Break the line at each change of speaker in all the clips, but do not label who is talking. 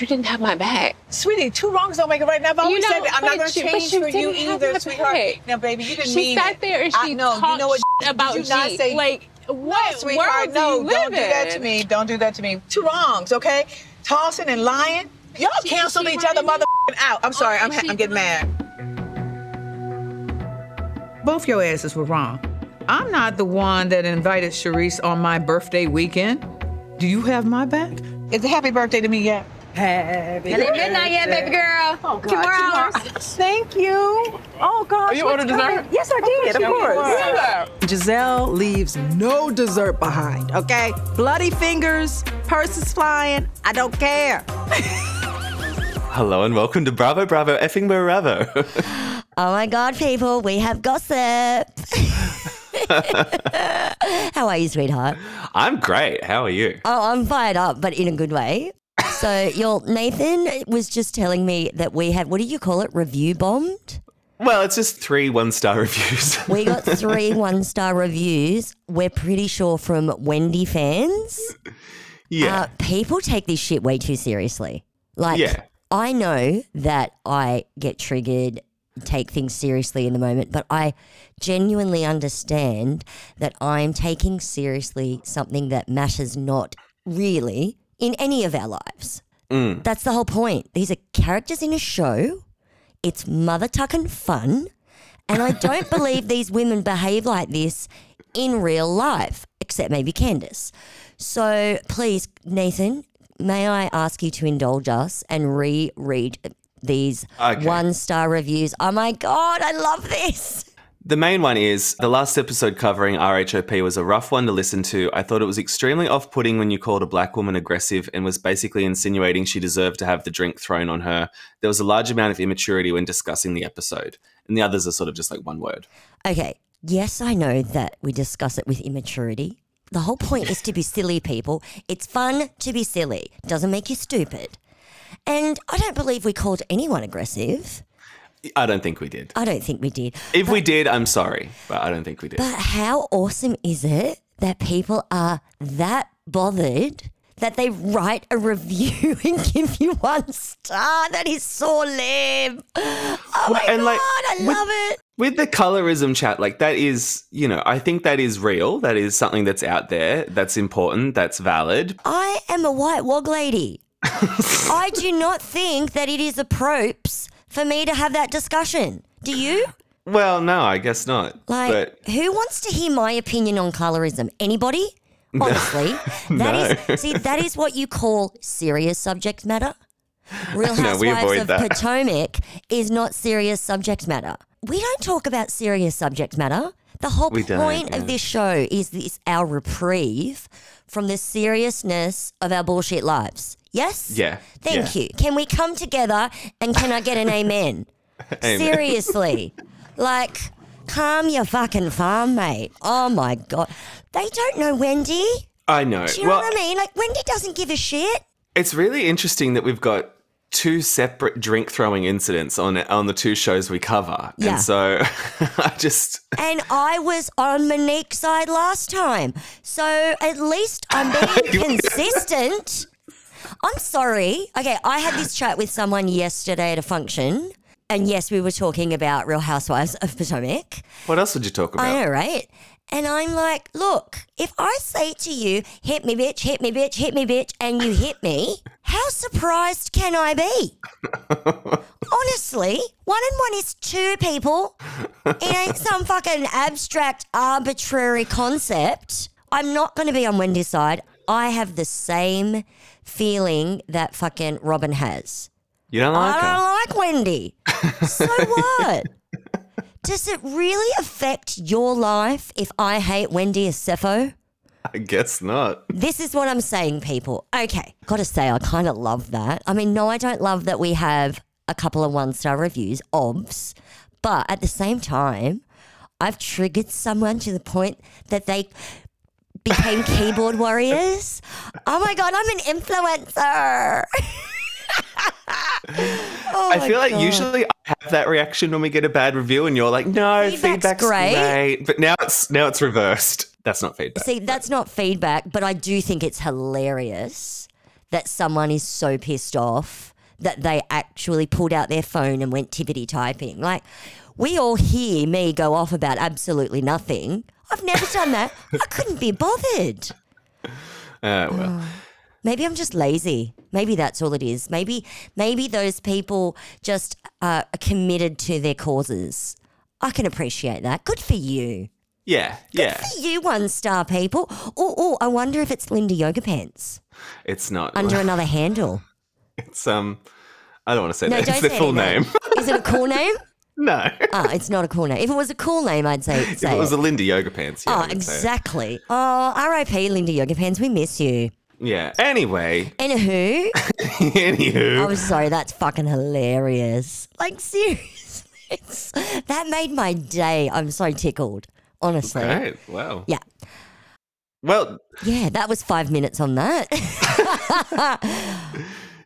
You didn't have my bag.
Sweetie, two wrongs don't make a right. Now, I've
You
always
know,
said that I'm not
but
going to
she- but
change
she
for you
didn't have
either,
my
sweetheart.
bag.
Now, baby, you didn't
She
mean
sat
it.
there and
I
she
know.
talked
you know what
shit about
did you not
G.
say
Like, what
no, sweetheart,
world do
no,
you
don't do
live
that to
in?
me. Don't do that to me. Two wrongs, okay? Tossing and lying. Y'all
She-
canceled
she
each other
running-
motherfucking out. I'm sorry,
Oh,
I'm, ha-
she
I'm getting mad.
running.
Both your asses were wrong. I'm not the one that invited Sharice on my birthday weekend. Do you have my back?
Is it happy birthday to me yet?
Happy.
Is it midnight yet, baby girl? Oh, Two more hours.
Thank you. Oh, gosh.
you ordered dessert?
Yes, I did, of course.
Giselle leaves no dessert behind, okay? Bloody fingers, purses flying, I don't care.
Hello and welcome to Bravo Bravo effing Bravo.
Oh my God, people, we have gossip. How are you, sweetheart?
I'm great. How are you?
Oh, I'm fired up, but in a good way. So, your Nathan was just telling me that we had what do you call it? Review bombed.
Well, it's just three one star reviews.
We got three one star reviews. We're pretty sure from Wendy fans.
yeah.
Uh, people take this shit way too seriously. Like,
Yeah.
I know that I get triggered, take things seriously in the moment, but I genuinely understand that I'm taking seriously something that matters not really in any of our lives.
Mm.
That's the whole point. These are characters in a show, it's mother tucking fun. And I don't believe these women behave like this in real life, except maybe Candace. So please, Nathan, may I ask you to indulge us and reread these
Okay.
one star reviews? Oh my God, I love this.
The main one is the last episode covering RHOP was a rough one to listen to. I thought it was extremely off putting when you called a black woman aggressive and was basically insinuating she deserved to have the drink thrown on her. There was a large amount of immaturity when discussing the episode. And the others are sort of just like one word.
Okay. Yes, I know that we discuss it with immaturity. The whole point is to be silly, people. It's fun to be silly, doesn't make you stupid. And I don't believe we called anyone aggressive.
I don't think we did.
I don't think we did.
If we did, I'm sorry, but I don't think we did.
But how awesome is it that people are that bothered that they write a review and give you one star? That is so lame. Oh my
and,
god,
like,
I
with-
love it.
With the colorism chat, like that is, you know, I think that is real. That is something that's out there, that's important, that's valid.
I am a white wog lady. I do not think that it is appropriate for me to have that discussion. Do you?
Well, no, I guess not.
Like,
but
who wants to hear my opinion on colorism? Anybody? Honestly, that is
No.
see that is what you call serious subject matter. Real
No,
Housewives
we avoid
of
that.
Potomac is not serious subject matter. We don't talk about serious subject matter. The whole
We don't,
point
yeah.
of this show is this our reprieve from the seriousness of our bullshit lives. Yes?
Yeah,
Thank
yeah.
you. Can we come together and can I get an amen?
Amen.
Seriously. like, calm your fucking farm, mate. Oh my God. They don't know Wendy.
I know.
Do you
well,
know what I mean? Like, Wendy doesn't give a shit.
it's really interesting that we've got two separate drink throwing incidents on on the two shows we cover.
Yeah.
And so I just
And I was on Monique's side last time. So at least I'm being consistent. I'm sorry. Okay, I had this chat with someone yesterday at a function. And yes, we were talking about Real Housewives of Potomac.
what else would you talk about?
I know, right? And I'm like, look, if I say to you, hit me, bitch, hit me, bitch, hit me, bitch, and you hit me, how surprised can I be? Honestly, one and one is two people. It ain't some fucking abstract, arbitrary concept. I'm not going to be on Wendy's side. I have the same feeling that fucking Robin has.
You don't like her?
I don't like Wendy. So what? Does it really affect your life if I hate Wendy as Cepho?
I guess not.
This is what I'm saying, people. Okay, gotta say, I kind of love that. I mean, no, I don't love that we have a couple of one star reviews, obs, but at the same time, I've triggered someone to the point that they became keyboard warriors. Oh my God, I'm an influencer. Oh
I
my
feel like
God.
usually I have that reaction when we get a bad review and you're like, "No,
Feedback's
feedback's,
great."
great." But now it's now it's reversed. That's not feedback.
See, that's not feedback, but I do think it's hilarious that someone is so pissed off that they actually pulled out their phone and went tippity typing. Like, we all hear me go off about absolutely nothing. I've never done that. I couldn't be bothered.
Uh, well.
Maybe I'm just lazy. Maybe that's all it is. Maybe maybe those people just uh, are committed to their causes. I can appreciate that. Good for you.
Yeah, yeah.
You one star people. Oh, oh, I wonder if it's Linda Yoga Pants
It's not.
under another handle.
It's um. I don't want to say
No,
that.
don't
It's their
say
full
anything.
name.
Is it a cool name?
no.
Ah, it's not a cool name. If it was a cool name, I'd say
If
say
it was
it.
a Linda Yoga Pants. Yeah, I
Oh,
would say it.
exactly. Oh, R.I.P. Linda Yoga Pants. We miss you.
Yeah. Anyway.
Anywho,
Anywho.
I'm sorry, that's fucking hilarious. Like, seriously. it's- that made my day. I'm so tickled, honestly.
Right. Wow.
Yeah.
Well,
Yeah, that was five minutes on that.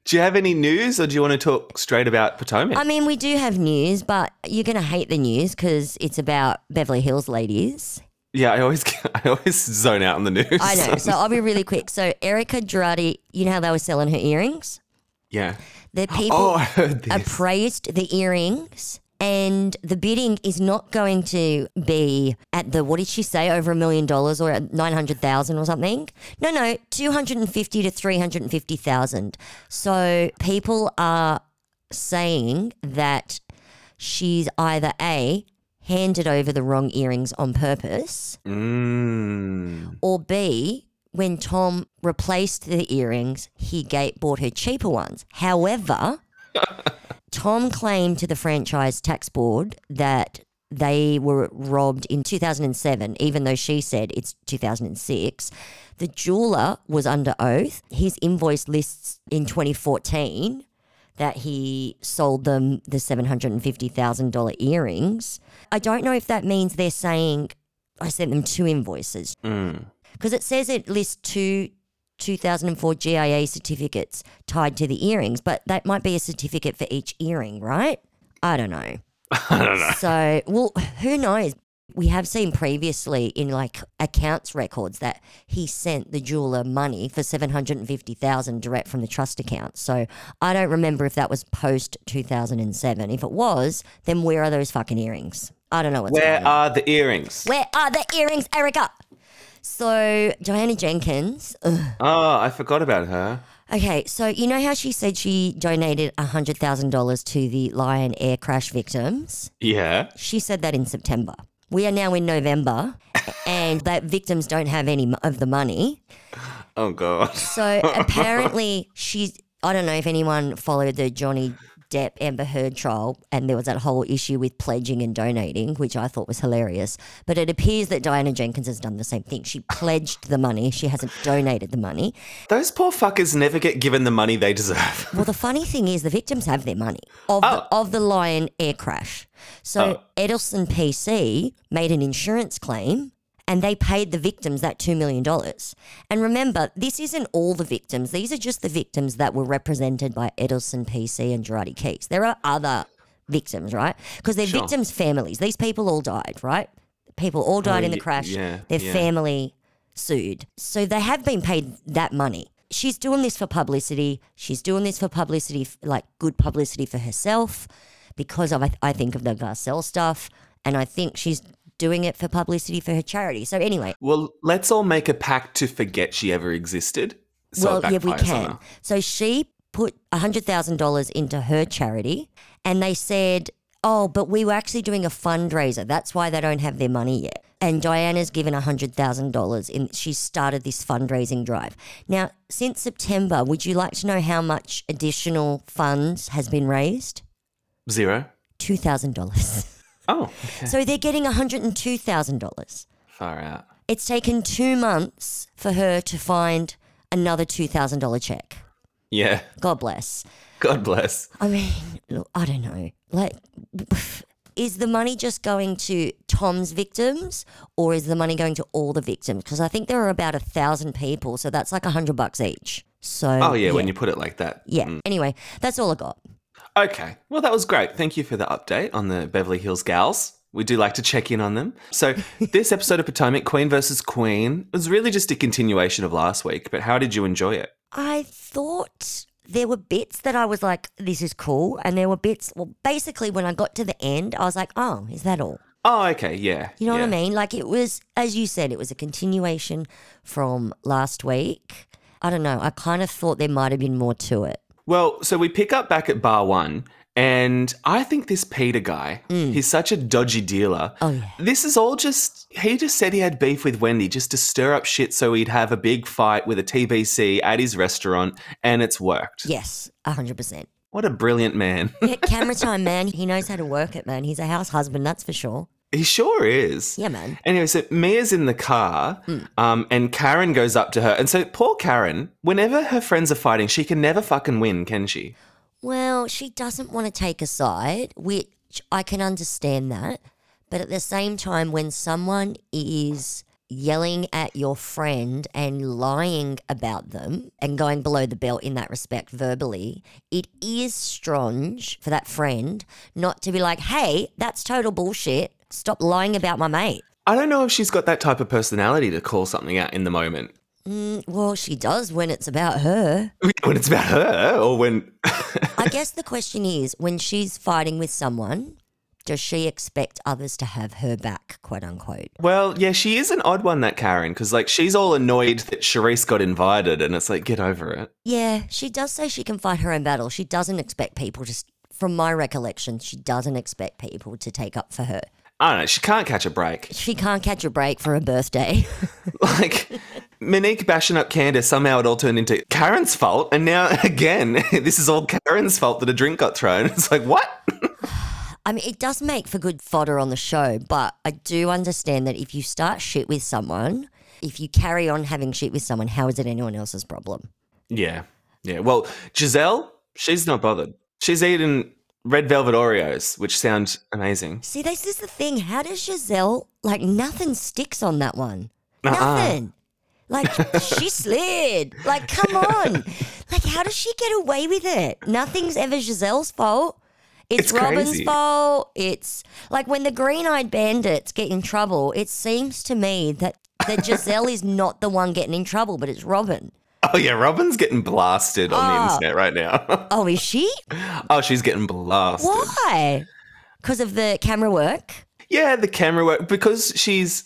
do you have any news, or do you want to talk straight about Potomac?
I mean, we do have news, but you're going to hate the news because it's about Beverly Hills ladies.
yeah, I always I always zone out on the news.
I know. So I'll be really quick. So, Erica Girardi, you know how they were selling her earrings?
yeah.
The people
Oh, I heard this.
appraised the earrings. And the bidding is not going to be at the, what did she say, over a million dollars or at 900,000 or something? No, no, 250 to 350,000. So people are saying that she's either A, handed over the wrong earrings on purpose,
Mm.
or B, when Tom replaced the earrings, he gave, bought her cheaper ones. However, Tom claimed to the franchise tax board that they were robbed in 2007, even though she said it's 2006. The jeweler was under oath. His invoice lists in 2014 that he sold them the $750,000 earrings. I don't know if that means they're saying I sent them two invoices because it says it lists two 2004 GIA certificates tied to the earrings, but that might be a certificate for each earring, right? I don't know. I don't know. So, well, who knows? We have seen previously in like accounts records that he sent the jeweler money for 750,000 direct from the trust account. So, I don't remember if that was post 2007. If it was, then where are those fucking earrings? I don't know what's going on.
Where are the earrings?
Where are the earrings, Erica? So, Diana Jenkins. ugh.
Oh, I forgot about her.
Okay, so you know how she said she donated $100,000 to the Lion Air crash victims?
Yeah.
She said that in September. We are now in November, and that victims don't have any mo- of the money.
Oh god.
So apparently, she's. I don't know if anyone followed the Johnny Depp Amber Heard trial, and there was that whole issue with pledging and donating, which I thought was hilarious. But it appears that Diana Jenkins has done the same thing. She pledged the money, she hasn't donated the money.
Those poor fuckers never get given the money they deserve.
Well, the funny thing is, the victims have their money of
Oh.
the, of the Lion air crash. So Edelson PC made an insurance claim. And they paid the victims that $2 million. And remember, this isn't all the victims. These are just the victims that were represented by Edelson PC and Girardi Keeks. There are other victims, right? Because they're victims' families. These people all died, right? People all died in the
Oh, y-
crash.
yeah,
Their
yeah.
family sued. So they have been paid that money. She's doing this for publicity. She's doing this for publicity, f- like good publicity for herself, because of I, I think of the Garcelle stuff, and I think she's doing it for publicity for her charity. So anyway,
Well, let's all make a pact to forget she ever existed. So it
well, yeah, we
backfires on
can.
her.
So she put $100,000 into her charity, and they said, Oh, but we were actually doing a fundraiser. That's why they don't have their money yet. And Diana's given $100,000 in she started this fundraising drive. Now, since September, would you like to know how much additional funds has been raised?
Zero.
$2,000.
Oh, okay.
so they're getting $102,000
far out.
it's taken two months for her to find another $2,000 check.
Yeah.
God bless.
God bless.
I mean, look, I don't know. Like, is the money just going to Tom's victims or is the money going to all the victims? Because I think there are about a thousand people, so that's like a hundred bucks each. So,
Oh yeah, when you Mm. put it like that.
yeah. Anyway, that's all I got.
Okay. Well, that was great. Thank you for the update on the Beverly Hills Gals. We do like to check in on them. So, this episode of Potomac Queen versus Queen was really just a continuation of last week, but how did you enjoy it?
I thought there were bits that I was like, this is cool. And there were bits, well, basically, when I got to the end, I was like, oh, is that all?
Oh, okay, yeah.
You know
yeah.
what I mean? Like it was, as you said, it was a continuation from last week. I don't know. I kind of thought there might have been more to it.
Well, so we pick up back at bar one, and I think this Peter guy, he's such a dodgy dealer.
Mm. Oh, yeah.
This is all just, he just said he had beef with Wendy just to stir up shit so he'd have a big fight with a TBC at his restaurant, and it's worked.
Yes, 100%.
What a brilliant man.
Yeah, camera time, man. He knows how to work it, man. He's a house husband, that's for sure.
he sure is.
Yeah, man. Mm.
Anyway, so Mia's in the car, um, and Karen goes up to her. And so, poor Karen, whenever her friends are fighting, she can never fucking win, can she?
Well, she doesn't want to take a side, which I can understand that. But at the same time, when someone is yelling at your friend and lying about them and going below the belt in that respect verbally, it is strange for that friend not to be like, hey, that's total bullshit. Stop lying about my mate.
I don't know if she's got that type of personality to call something out in the moment.
Well, she does when it's about her.
Oh, when it's about her or when
I guess the question is when she's fighting with someone, does she expect others to have her back, quote unquote?
well yeah she is an odd one that karen because like she's all annoyed that Charisse got invited and it's like get over it
Yeah, she does say she can fight her own battle. She doesn't expect people to, from my recollection, she doesn't expect people to take up for her.
i don't know she can't catch a break
She can't catch a break for her birthday.
like monique bashing up candace somehow it all turned into karen's fault and now again this is all karen's fault that a drink got thrown it's like what
I mean, it does make for good fodder on the show, but I do understand that if you start shit with someone, if you carry on having shit with someone, how is it anyone else's problem?
yeah yeah well giselle she's not bothered she's eating red velvet oreos which sound amazing
See, this is the thing. How does Giselle like nothing sticks on that one? Nothing. Like she slid. Like come on. Like how does she get away with it? Nothing's ever Giselle's fault. It's,
It's
Robin's
crazy.
fault. It's like when the green-eyed bandits get in trouble. It seems to me that that Giselle is not the one getting in trouble, but it's Robin.
oh yeah robin's getting blasted on the
Ah.
internet right now
Oh, is she?
oh she's getting blasted
Why? Because of the camera work.
Yeah, the camera work because she's.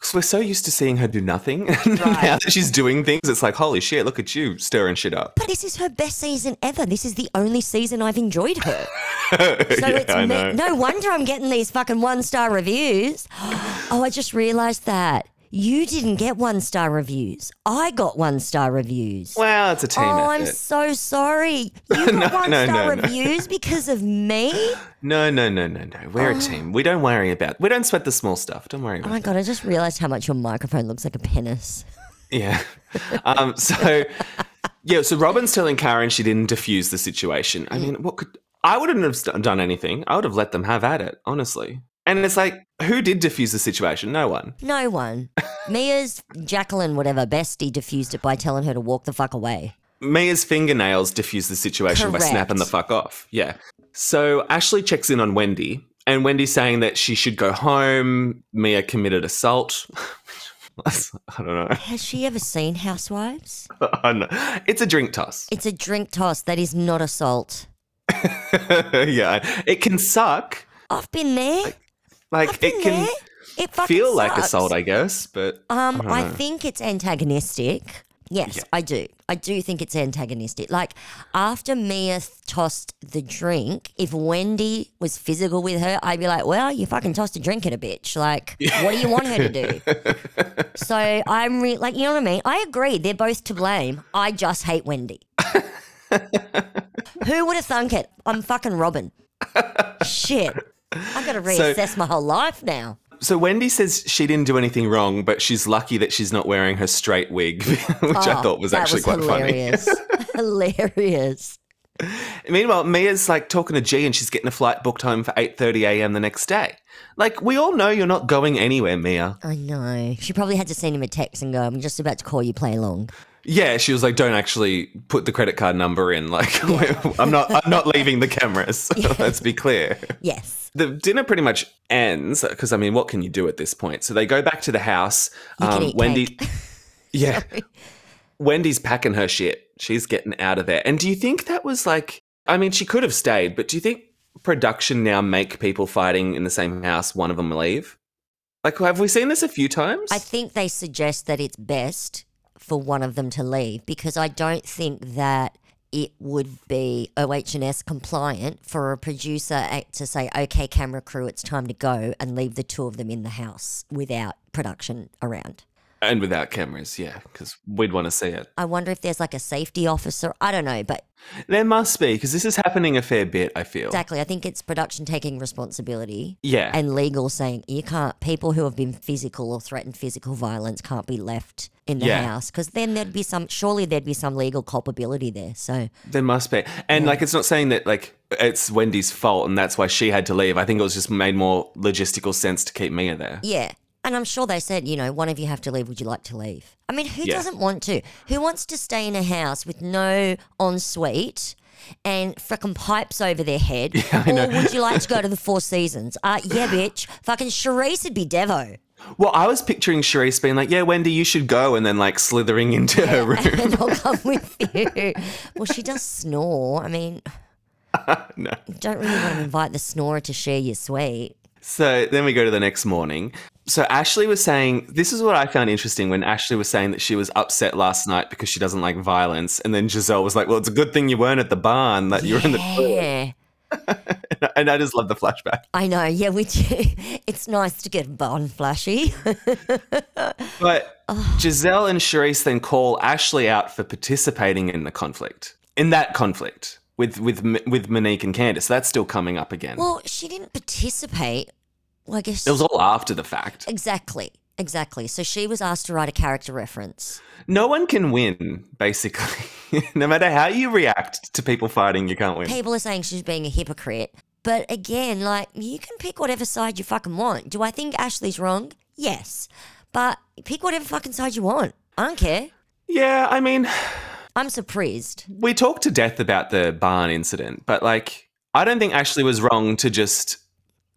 Cause we're so used to seeing her do nothing. now that she's doing things, it's like, holy shit, look at you stirring shit up.
But this is her best season ever. This is the only season I've enjoyed her. So
yeah,
it's
I
me-
know.
no wonder I'm getting these fucking one star reviews. Oh, I just realised that you didn't get one star reviews. I got one star reviews.
Wow, it's a team
oh, I'm
effort.
so sorry. You got one
no, no,
star
no.
reviews because of me.
no, no, no, no, no. We're a team. We don't worry about. We don't sweat the small stuff. Don't worry
Oh
about.
my god, I just realised how much your microphone looks like a penis.
it. Yeah. um. So. Yeah. So Robin's telling Karen she didn't defuse the situation. I mean, what could I wouldn't have st- done anything. I would have let them have at it, honestly. And it's like, who did defuse the situation? No one.
No one. Mia's Jacqueline, whatever, bestie diffused it by telling her to walk the fuck away.
Mia's fingernails diffuse the situation by
Correct.
snapping the fuck off. Yeah. So Ashley checks in on Wendy, and Wendy's saying that she should go home. Mia committed assault. I don't know.
Has she ever seen Housewives?
I don't know. It's a drink toss.
It's a drink toss that is not assault.
yeah. It can suck.
I've been there.
Like,
I've been
it can
there. It eh? fucking
feel like
sucks.
assault, I guess, but.
Um, I, think it's antagonistic. Yes, I do. I do think it's antagonistic. Like after Mia th- tossed the drink, if Wendy was physical with her, I'd be like, "Well, you fucking tossed a drink at a bitch. Like, what do you want her to do?" so I'm re- like, you know what I mean? I agree. They're both to blame. I just hate Wendy. Who would have thunk it? I'm fucking Robin. Shit. I've got to reassess my whole life now.
So Wendy says she didn't do anything wrong, but she's lucky that she's not wearing her straight wig, which I
Oh,
thought was
that
actually quite funny.
hilarious. hilarious.
Meanwhile, Mia's like talking to G, and she's getting a flight booked home for eight thirty a.m. the next day. Like we all know, you're not going anywhere, Mia.
I know. She probably had to send him a text and go, I'm just about to call you, play along.
Yeah, she was like, "Don't actually put the credit card number in." Like, I'm not, I'm not leaving the cameras. Let's be clear.
Yes.
The dinner pretty much ends because I mean, what can you do at this point? So they go back to the house.
You can eat
Wendy,
cake.
um, yeah, Wendy's packing her shit. She's getting out of there. And do you think that was like, I mean, she could have stayed, but do you think production now make people fighting in the same house, one of them leave? Like, have we seen this a few times?
I think they suggest that it's best for one of them to leave because I don't think that it would be OH&S compliant for a producer a- to say, okay, camera crew, it's time to go and leave the two of them in the house without production around.
and without cameras, yeah, because we'd want to see it.
I wonder if there's like a safety officer. I don't know, but
There must be, because this is happening a fair bit, I feel.
exactly. I think it's production taking responsibility
Yeah.
and legal saying you can't, people who have been physical or threatened physical violence can't be left in the
Yeah.
house because then there'd be some, surely there'd be some legal culpability there. So
There must be. And like it's not saying that like it's Wendy's fault and that's why she had to leave. I think it was just made more logistical sense to keep Mia there.
Yeah. And I'm sure they said, you know, one of you have to leave. Would you like to leave? I mean, who
Yeah.
doesn't want to? Who wants to stay in a house with no ensuite and frickin' pipes over their head? or would you like to go to the Four Seasons? Uh, yeah, bitch. Fucking Charisse would be Devo.
Well, I was picturing Charisse being like, Yeah, Wendy, you should go and then like slithering into her room.
And I'll come with you. Well, she does snore. I mean,
no.
you don't really want to invite the snorer to share your suite.
So then we go to the next morning. So Ashley was saying, this is what I found interesting when Ashley was saying that she was upset last night because she doesn't like violence. And then Giselle was like, well, it's a good thing you weren't at the barn, that you were in the.
Yeah.
And I just love the flashback.
I know. Yeah, we do. It's nice to get bone flashy.
But Giselle and Charisse then call Ashley out for participating in the conflict, in that conflict with with M- with Monique and Candace. That's still coming up again.
Well, she didn't participate. Well, I guess
it was all after the fact.
exactly, exactly. So she was asked to write a character reference.
No one can win, basically. no matter how you react to people fighting, you can't win.
People are saying she's being a hypocrite, but again, like you can pick whatever side you fucking want. Do I think Ashley's wrong? Yes, but pick whatever fucking side you want. I don't care.
yeah, I mean,
I'm surprised.
we talked to death about the barn incident, but like, I don't think Ashley was wrong to just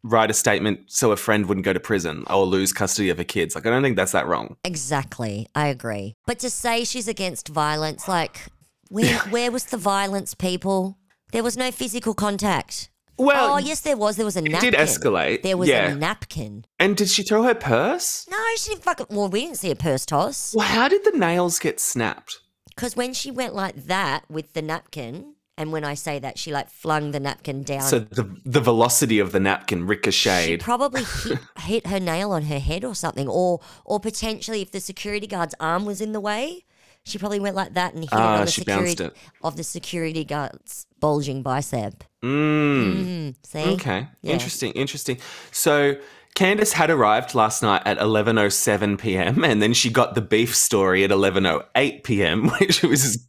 write a statement so a friend wouldn't go to prison or lose custody of her kids. Like, I don't think that's that wrong.
Exactly, I agree. But to say she's against violence, like where where was the violence, people? There was no physical contact.
Well,
oh yes, there was. There was a
it
napkin.
did escalate,
There was
yeah.
a napkin.
And did she throw her purse?
No, she didn't fucking. Well, we didn't see a purse toss
Well, how did the nails get snapped?
because when she went like that with the napkin, and when I say that, she like flung the napkin down.
So the the velocity of the napkin
she
ricocheted.
probably hit, hit her nail on her head or something, or or potentially if the security guard's arm was in the way, she probably went like that and hit it
Ah,
on the
she
security
bounced it.
of the security guard's bulging bicep.
mm.
Mm, see,
Okay.
Yeah.
Interesting. Interesting. So Candace had arrived last night at 11:07 p.m. and then she got the beef story at 11:08 p.m., which was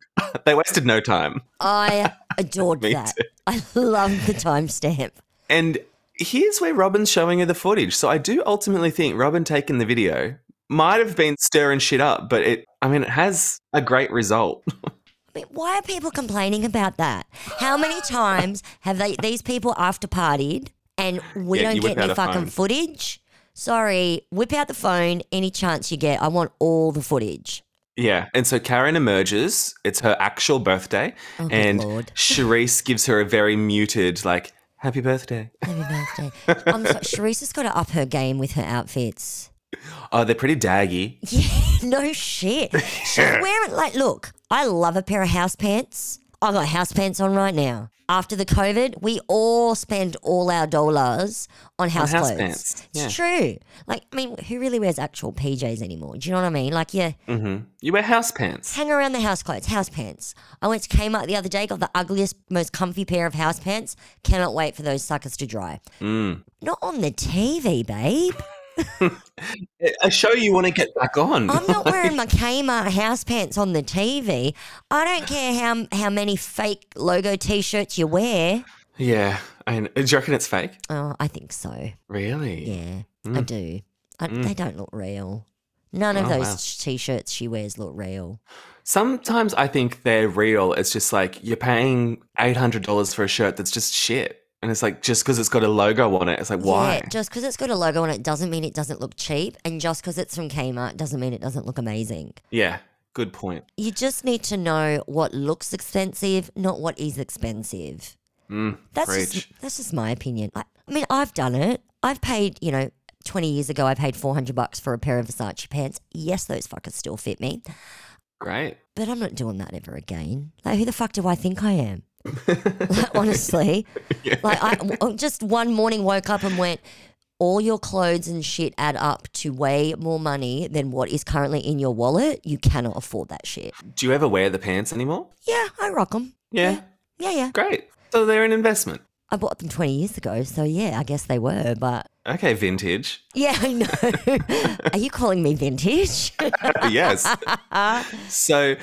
they wasted no time.
I adored
Me
that. I love the timestamp.
And here's where Robin's showing her the footage. So I do ultimately think Robin taking the video might have been stirring shit up, but it I mean it has a great result.
I mean, why are people complaining about that? How many times have they these people after partied and we
Yeah, you
don't
whip
get
out
any
a
fucking
phone.
footage? Sorry, whip out the phone any chance you get. I want all the footage.
Yeah. And so Karen emerges. It's her actual birthday.
Oh, good
and
Lord.
Charisse gives her a very muted, like, happy birthday.
Happy birthday. I'm sorry, Sharice has got to up her game with her outfits.
Oh, they're pretty daggy.
Yeah, no shit. She's wearing like, look, I love a pair of house pants. I got house pants on right now. After the COVID, we all spend all our dollars on house,
house
clothes.
pants, yeah.
It's true. Like, I mean, who really wears actual PJs anymore? Do you know what I mean? Like, yeah,
You wear house pants.
hang around the house clothes, house pants. I went to Kmart the other day, got the ugliest, most comfy pair of house pants. Cannot wait for those suckers to dry.
Mm.
Not on the TV, babe.
A show you want to get back on.
I'm not wearing my Kmart house pants on the TV. I don't care how how many fake logo T-shirts you wear.
yeah. And do you reckon it's fake?
Oh, I think so.
Really?
Yeah, I do. I, They don't look real. None of
Mm. Oh,
those
wow.
T-shirts she wears look real.
Sometimes I think they're real. It's just like you're paying $800 for a shirt that's just shit. And it's like, just because it's got a logo on it, it's like, why?
Yeah, just because it's got a logo on it doesn't mean it doesn't look cheap, and just because it's from Kmart doesn't mean it doesn't look amazing.
yeah. Good point.
You just need to know what looks expensive, not what is expensive. that's
preach.
just that's just my opinion. I, I mean, I've done it. I've paid, you know, twenty years ago, I paid four hundred bucks for a pair of Versace pants. Yes, those fuckers still fit me,
Great.
but I'm not doing that ever again. Like, who the fuck do I think I am? like, honestly, like I w- just one morning woke up and went. All your clothes and shit add up to way more money than what is currently in your wallet. You cannot afford that shit.
Do you ever wear the pants anymore?
Yeah, I rock them.
Yeah.
Yeah, yeah.
Great. So they're an investment.
I bought them 20 years ago, so yeah, I guess they were, but
Okay, vintage.
yeah, I know. Are you calling me vintage?
yes. so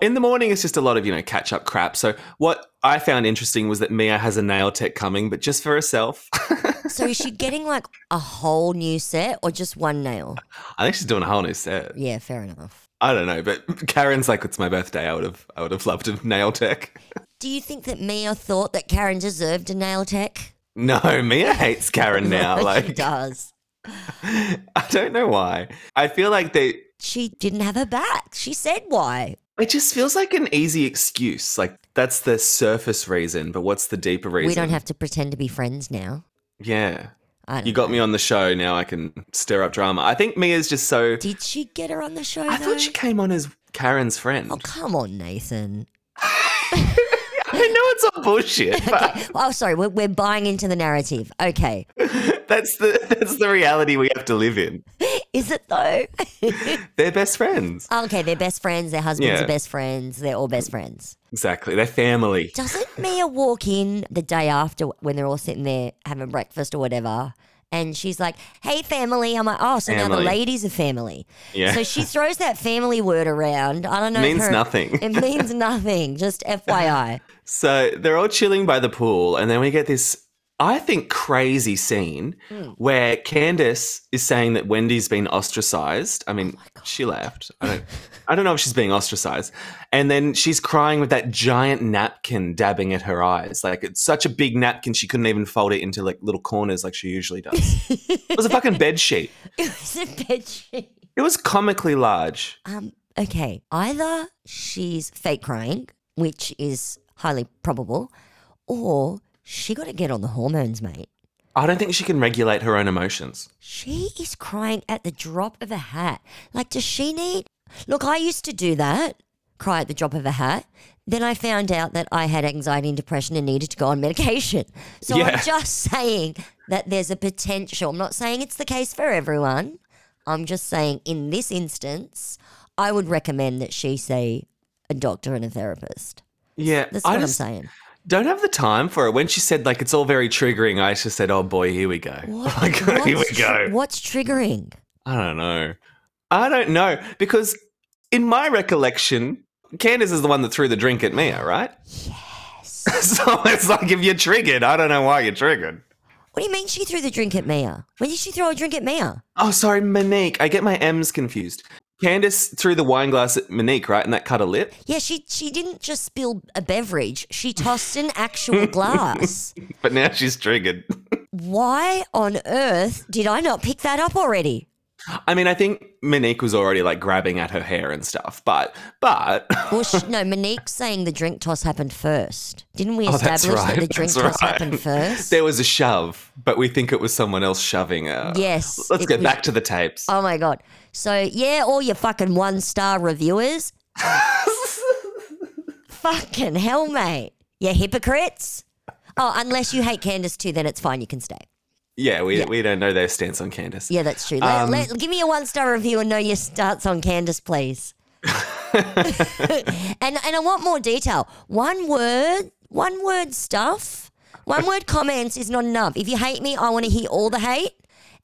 in the morning, it's just a lot of, you know, catch up crap. So what I found interesting was that Mia has a nail tech coming, but just for herself.
so is she getting like a whole new set or just one nail?
I think she's doing a whole new set.
Yeah, fair enough.
I don't know, but Karen's like, it's my birthday. I would have, I would have loved a nail tech.
Do you think that Mia thought that Karen deserved a nail tech?
No, Mia hates Karen now.
she
Like,
does.
I don't know why. I feel like they.
She didn't have her back. She said why.
It just feels like an easy excuse. Like that's the surface reason, but what's the deeper reason?
We don't have to pretend to be friends now.
Yeah.
I don't
You got me on the show. Now I can stir up drama. I think Mia's just so.
Did she get her on the show?
I
though?
thought she came on as Karen's friend.
Oh come on, Nathan.
I know it's all bullshit, but
Oh, sorry. We're, we're buying into the narrative. Okay.
that's the that's the reality we have to live in.
Is it though?
They're best friends.
Oh, okay, they're best friends. Their husbands
Yeah.
are best friends. They're all best friends.
Exactly. They're family.
Doesn't Mia walk in the day after when they're all sitting there having breakfast or whatever? And she's like, hey, family. I'm like, oh, so now the
Family.
ladies are family.
Yeah.
So she throws that family word around. I don't know. if
Means
her-
nothing.
It means nothing. Just FYI.
So they're all chilling by the pool, and then we get this, I think, crazy scene
Hmm.
where Candace is saying that Wendy's been ostracized. I
Oh
mean, she left. I don't, I don't know if she's being ostracized. And then she's crying with that giant napkin dabbing at her eyes. Like it's such a big napkin, she couldn't even fold it into like little corners like she usually does. it was a fucking bed sheet.
it was a bed sheet.
It was comically large.
Um, okay. Either she's fake crying, which is highly probable, or she got to get on the hormones, mate.
I don't think she can regulate her own emotions.
She is crying at the drop of a hat. Like, does she need. Look, I used to do that, cry at the drop of a hat. Then I found out that I had anxiety and depression and needed to go on medication. So
Yeah.
I'm just saying that there's a potential. I'm not saying it's the case for everyone. I'm just saying in this instance, I would recommend that she see a doctor and a therapist.
Yeah.
That's
I
what
just-
I'm saying.
don't have the time for it. When she said like it's all very triggering, I just said, "Oh boy, here we go."
What-
like here we
what's
go.
tr- what's triggering?
I don't know. I don't know because in my recollection, Candace is the one that threw the drink at Mia, right? Yes. so it's like if you're triggered, I don't know why you're triggered.
What do you mean she threw the drink at Mia? When did she throw a drink at Mia?
Oh, sorry, Monique. I get my M's confused. Candace threw the wine glass at Monique, right? And that cut her lip.
Yeah, she she didn't just spill a beverage. She tossed an actual glass.
But now she's triggered.
Why on earth did I not pick that up already?
I mean, I think Monique was already like grabbing at her hair and stuff, but but
Well, sh no, Monique's saying the drink toss happened first. Didn't we
Oh,
establish
that's right.
that the drink
that's
toss
right.
happened first?
There was a shove, but we think it was someone else shoving her.
Yes,
Let's
it
go
was-
back to the tapes.
oh my god! So yeah, all your fucking one star reviewers. fucking hell, mate! You hypocrites! Oh, unless you hate Candace too, then it's fine. You can stay.
yeah, we, we don't know their stance on Candace.
Yeah, that's true. Let,
Um,
let- give me a one star review and know your starts on Candace, please. and and I want more detail. One word, one word stuff, one word comments is not enough. If you hate me, I want to hear all the hate.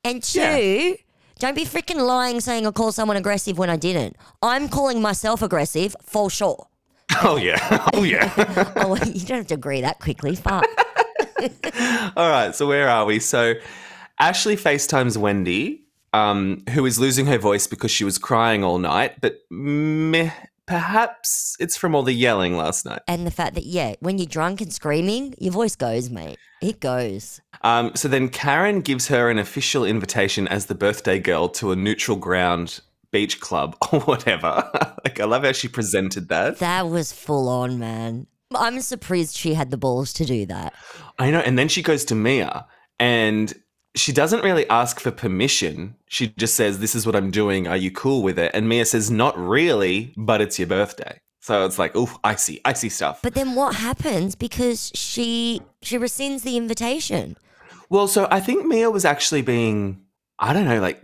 And two, don't be freaking lying saying I called someone aggressive when I didn't. I'm calling myself aggressive for sure.
Oh, yeah. Oh, yeah.
oh, you don't have to agree that quickly. Fuck.
All right, so where are we? So Ashley FaceTimes Wendy, um, who is losing her voice because she was crying all night, but meh, perhaps it's from all the yelling last night.
and the fact that yeah, when you're drunk and screaming, your voice goes, mate. It goes.
Um, so then Karen gives her an official invitation as the birthday girl to a neutral ground beach club or whatever. like, I love how she presented that.
That was full on, man. I'm surprised she had the balls to do that.
I know. And then she goes to Mia and she doesn't really ask for permission. She just says, This is what I'm doing. Are you cool with it? And Mia says, Not really, but it's your birthday. So it's like, oh, I see, I see stuff.
But then what happens because she she rescinds the invitation?
Well, so I think Mia was actually being, I don't know, like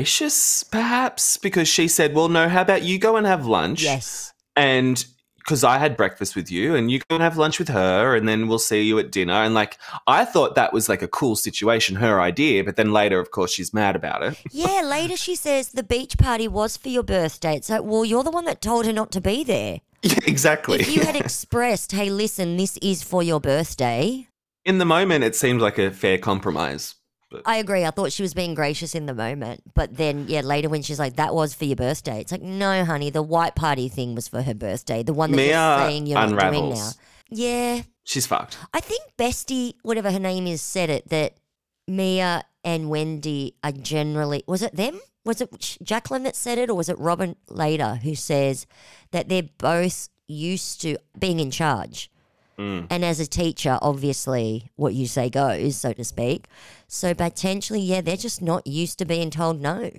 gracious perhaps, because she said, well, no, how about you go and have lunch?
Yes.
And because I had breakfast with you and you go and have lunch with her and then we'll see you at dinner. And like, I thought that was like a cool situation, her idea. But then later, of course, she's mad about it.
Yeah, later she says the beach party was for your birthday. It's like, well, you're the one that told her not to be there.
Yeah, exactly.
If you had expressed, hey, listen, this is for your birthday,
In the moment, it seemed like a fair compromise. But
I agree. I thought she was being gracious in the moment. But then, yeah, later when she's like, that was for your birthday, it's like, no, honey, the white party thing was for her birthday. The one that
Mia
you're saying you're not doing now.
unravels.
Yeah.
she's fucked.
I think Bestie, whatever her name is, said it that Mia and Wendy are generally. Was it them? Was it Jacqueline that said it, or was it Robin later who says that they're both used to being in charge?
Mm.
And as a teacher, obviously, what you say goes, so to speak. So potentially, yeah, they're just not used to being told no.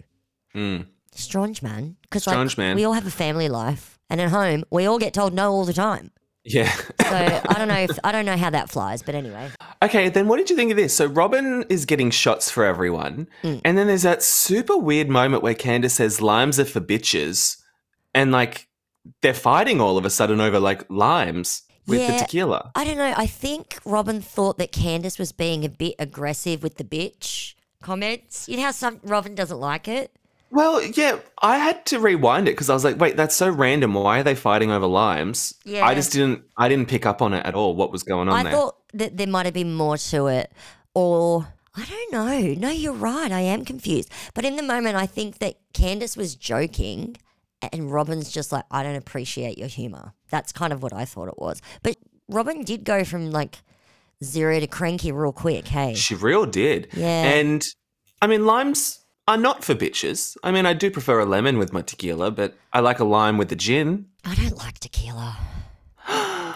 Strange, man. Because
Mm. Strange, man.
we all have a family life, and at home, we all get told no all the time.
Yeah.
So I don't know if I don't know how that flies, but anyway.
Okay, then what did you think of this? So Robin is getting shots for everyone.
Mm.
And then there's that super weird moment where Candace says limes are for bitches. And like they're fighting all of a sudden over like limes with the
Yeah.
tequila.
I don't know. I think Robin thought that Candace was being a bit aggressive with the bitch comments. You know how some Robin doesn't like it?
Well, yeah, I had to rewind it because I was like, wait, that's so random. Why are they fighting over limes?
Yeah.
I just didn't I didn't pick up on it at all what was going on
I
there.
thought that there might have been more to it. Or I don't know. No, you're right. I am confused. But in the moment I think that Candace was joking and Robin's just like, I don't appreciate your humor. That's kind of what I thought it was. But Robin did go from like zero to cranky real quick, hey.
She real did.
Yeah.
And I mean, limes are not for bitches. I mean, I do prefer a lemon with my tequila, but I like a lime with the gin,
I don't like tequila.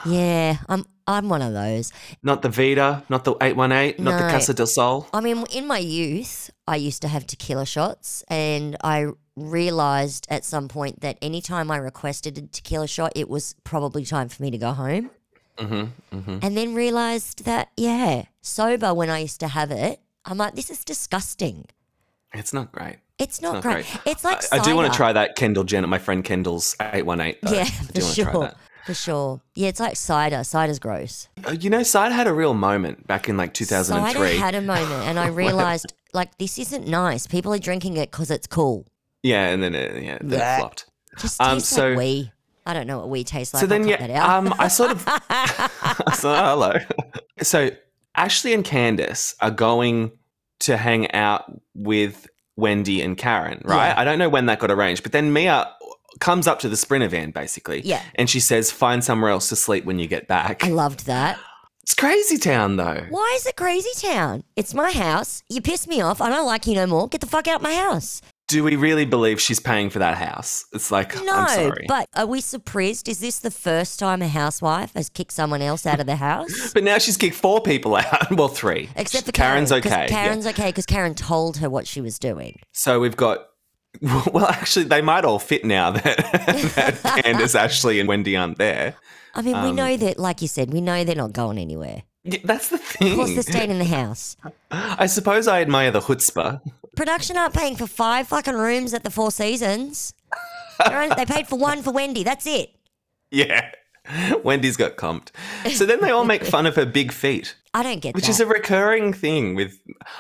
yeah, I'm I'm one of those.
not the Vita, not the 818, not the
No.
Casa del Sol.
I mean, in my youth, I used to have tequila shots, and I realized at some point that anytime I requested a tequila shot, it was probably time for me to go home. Mm-hmm, And then realized that, yeah, sober when I used to have it, I'm like, this is disgusting.
It's not great.
It's not,
Not
great.
great.
It's like
I, I do want to
cider.
try that Kendall Jenner, my friend Kendall's 818. though.
Yeah,
I do
for
wanna try
sure.
that.
For sure. Yeah, it's like cider. Cider's gross.
Uh, You know, Cider had a real moment back in like
Cider
2003.
had a moment, and I realized like this isn't nice. People are drinking it because it's cool.
yeah, and then it, yeah, then it flopped.
Just
Um,
tastes
so-
like wee. I don't know what wee tastes like.
So then,
I'll cut that
yeah,
out.
um, I sort of. so, hello. So Ashley and Candace are going to hang out with Wendy and Karen, right? I don't know when that got arranged, but then Mia comes up to the Sprinter van basically,
Yeah.
and she says, "Find somewhere else to sleep when you get back."
I loved that.
it's crazy town though.
Why is it crazy town? It's my house. You piss me off. I don't like you no more. Get the fuck out of my house.
Do we really believe she's paying for that house? It's like I'm
No,
sorry.
but are we surprised? Is this the first time a housewife has kicked someone else out of the house?
But now she's kicked four people out. Well, three.
Except for
Karen's
Karen, 'cause
okay. yeah.
Karen's okay because Karen told her what she was doing.
So we've got. Well, actually, they might all fit now that, that Candace, Ashley, and Wendy aren't there.
I mean,
Um,
we know that, like you said, we know they're not going anywhere.
Yeah, that's the
Of course,
thing.
they're staying in the house.
I suppose I admire the chutzpah.
Production aren't paying for five fucking rooms at the Four Seasons. They're only- they paid for one for Wendy. That's it.
Yeah. Wendy's got comped. So then they all make fun of her big feet,
I don't get
which
that.
is a recurring thing with.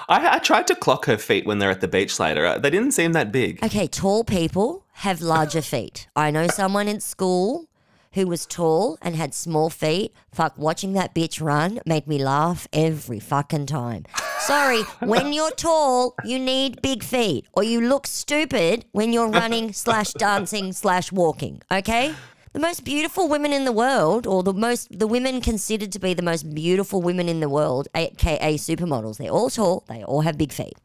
I, I tried to clock her feet when they're at the beach later. Uh, They didn't seem that big.
okay, tall people have larger feet. I know someone in school who was tall and had small feet. Fuck, watching that bitch run made me laugh every fucking time. Sorry, when you're tall, you need big feet, or you look stupid when you're running slash dancing slash walking. Okay. The most beautiful women in the world, or the most the women considered to be the most beautiful women in the world, aka supermodels, they're all tall, they all have big feet.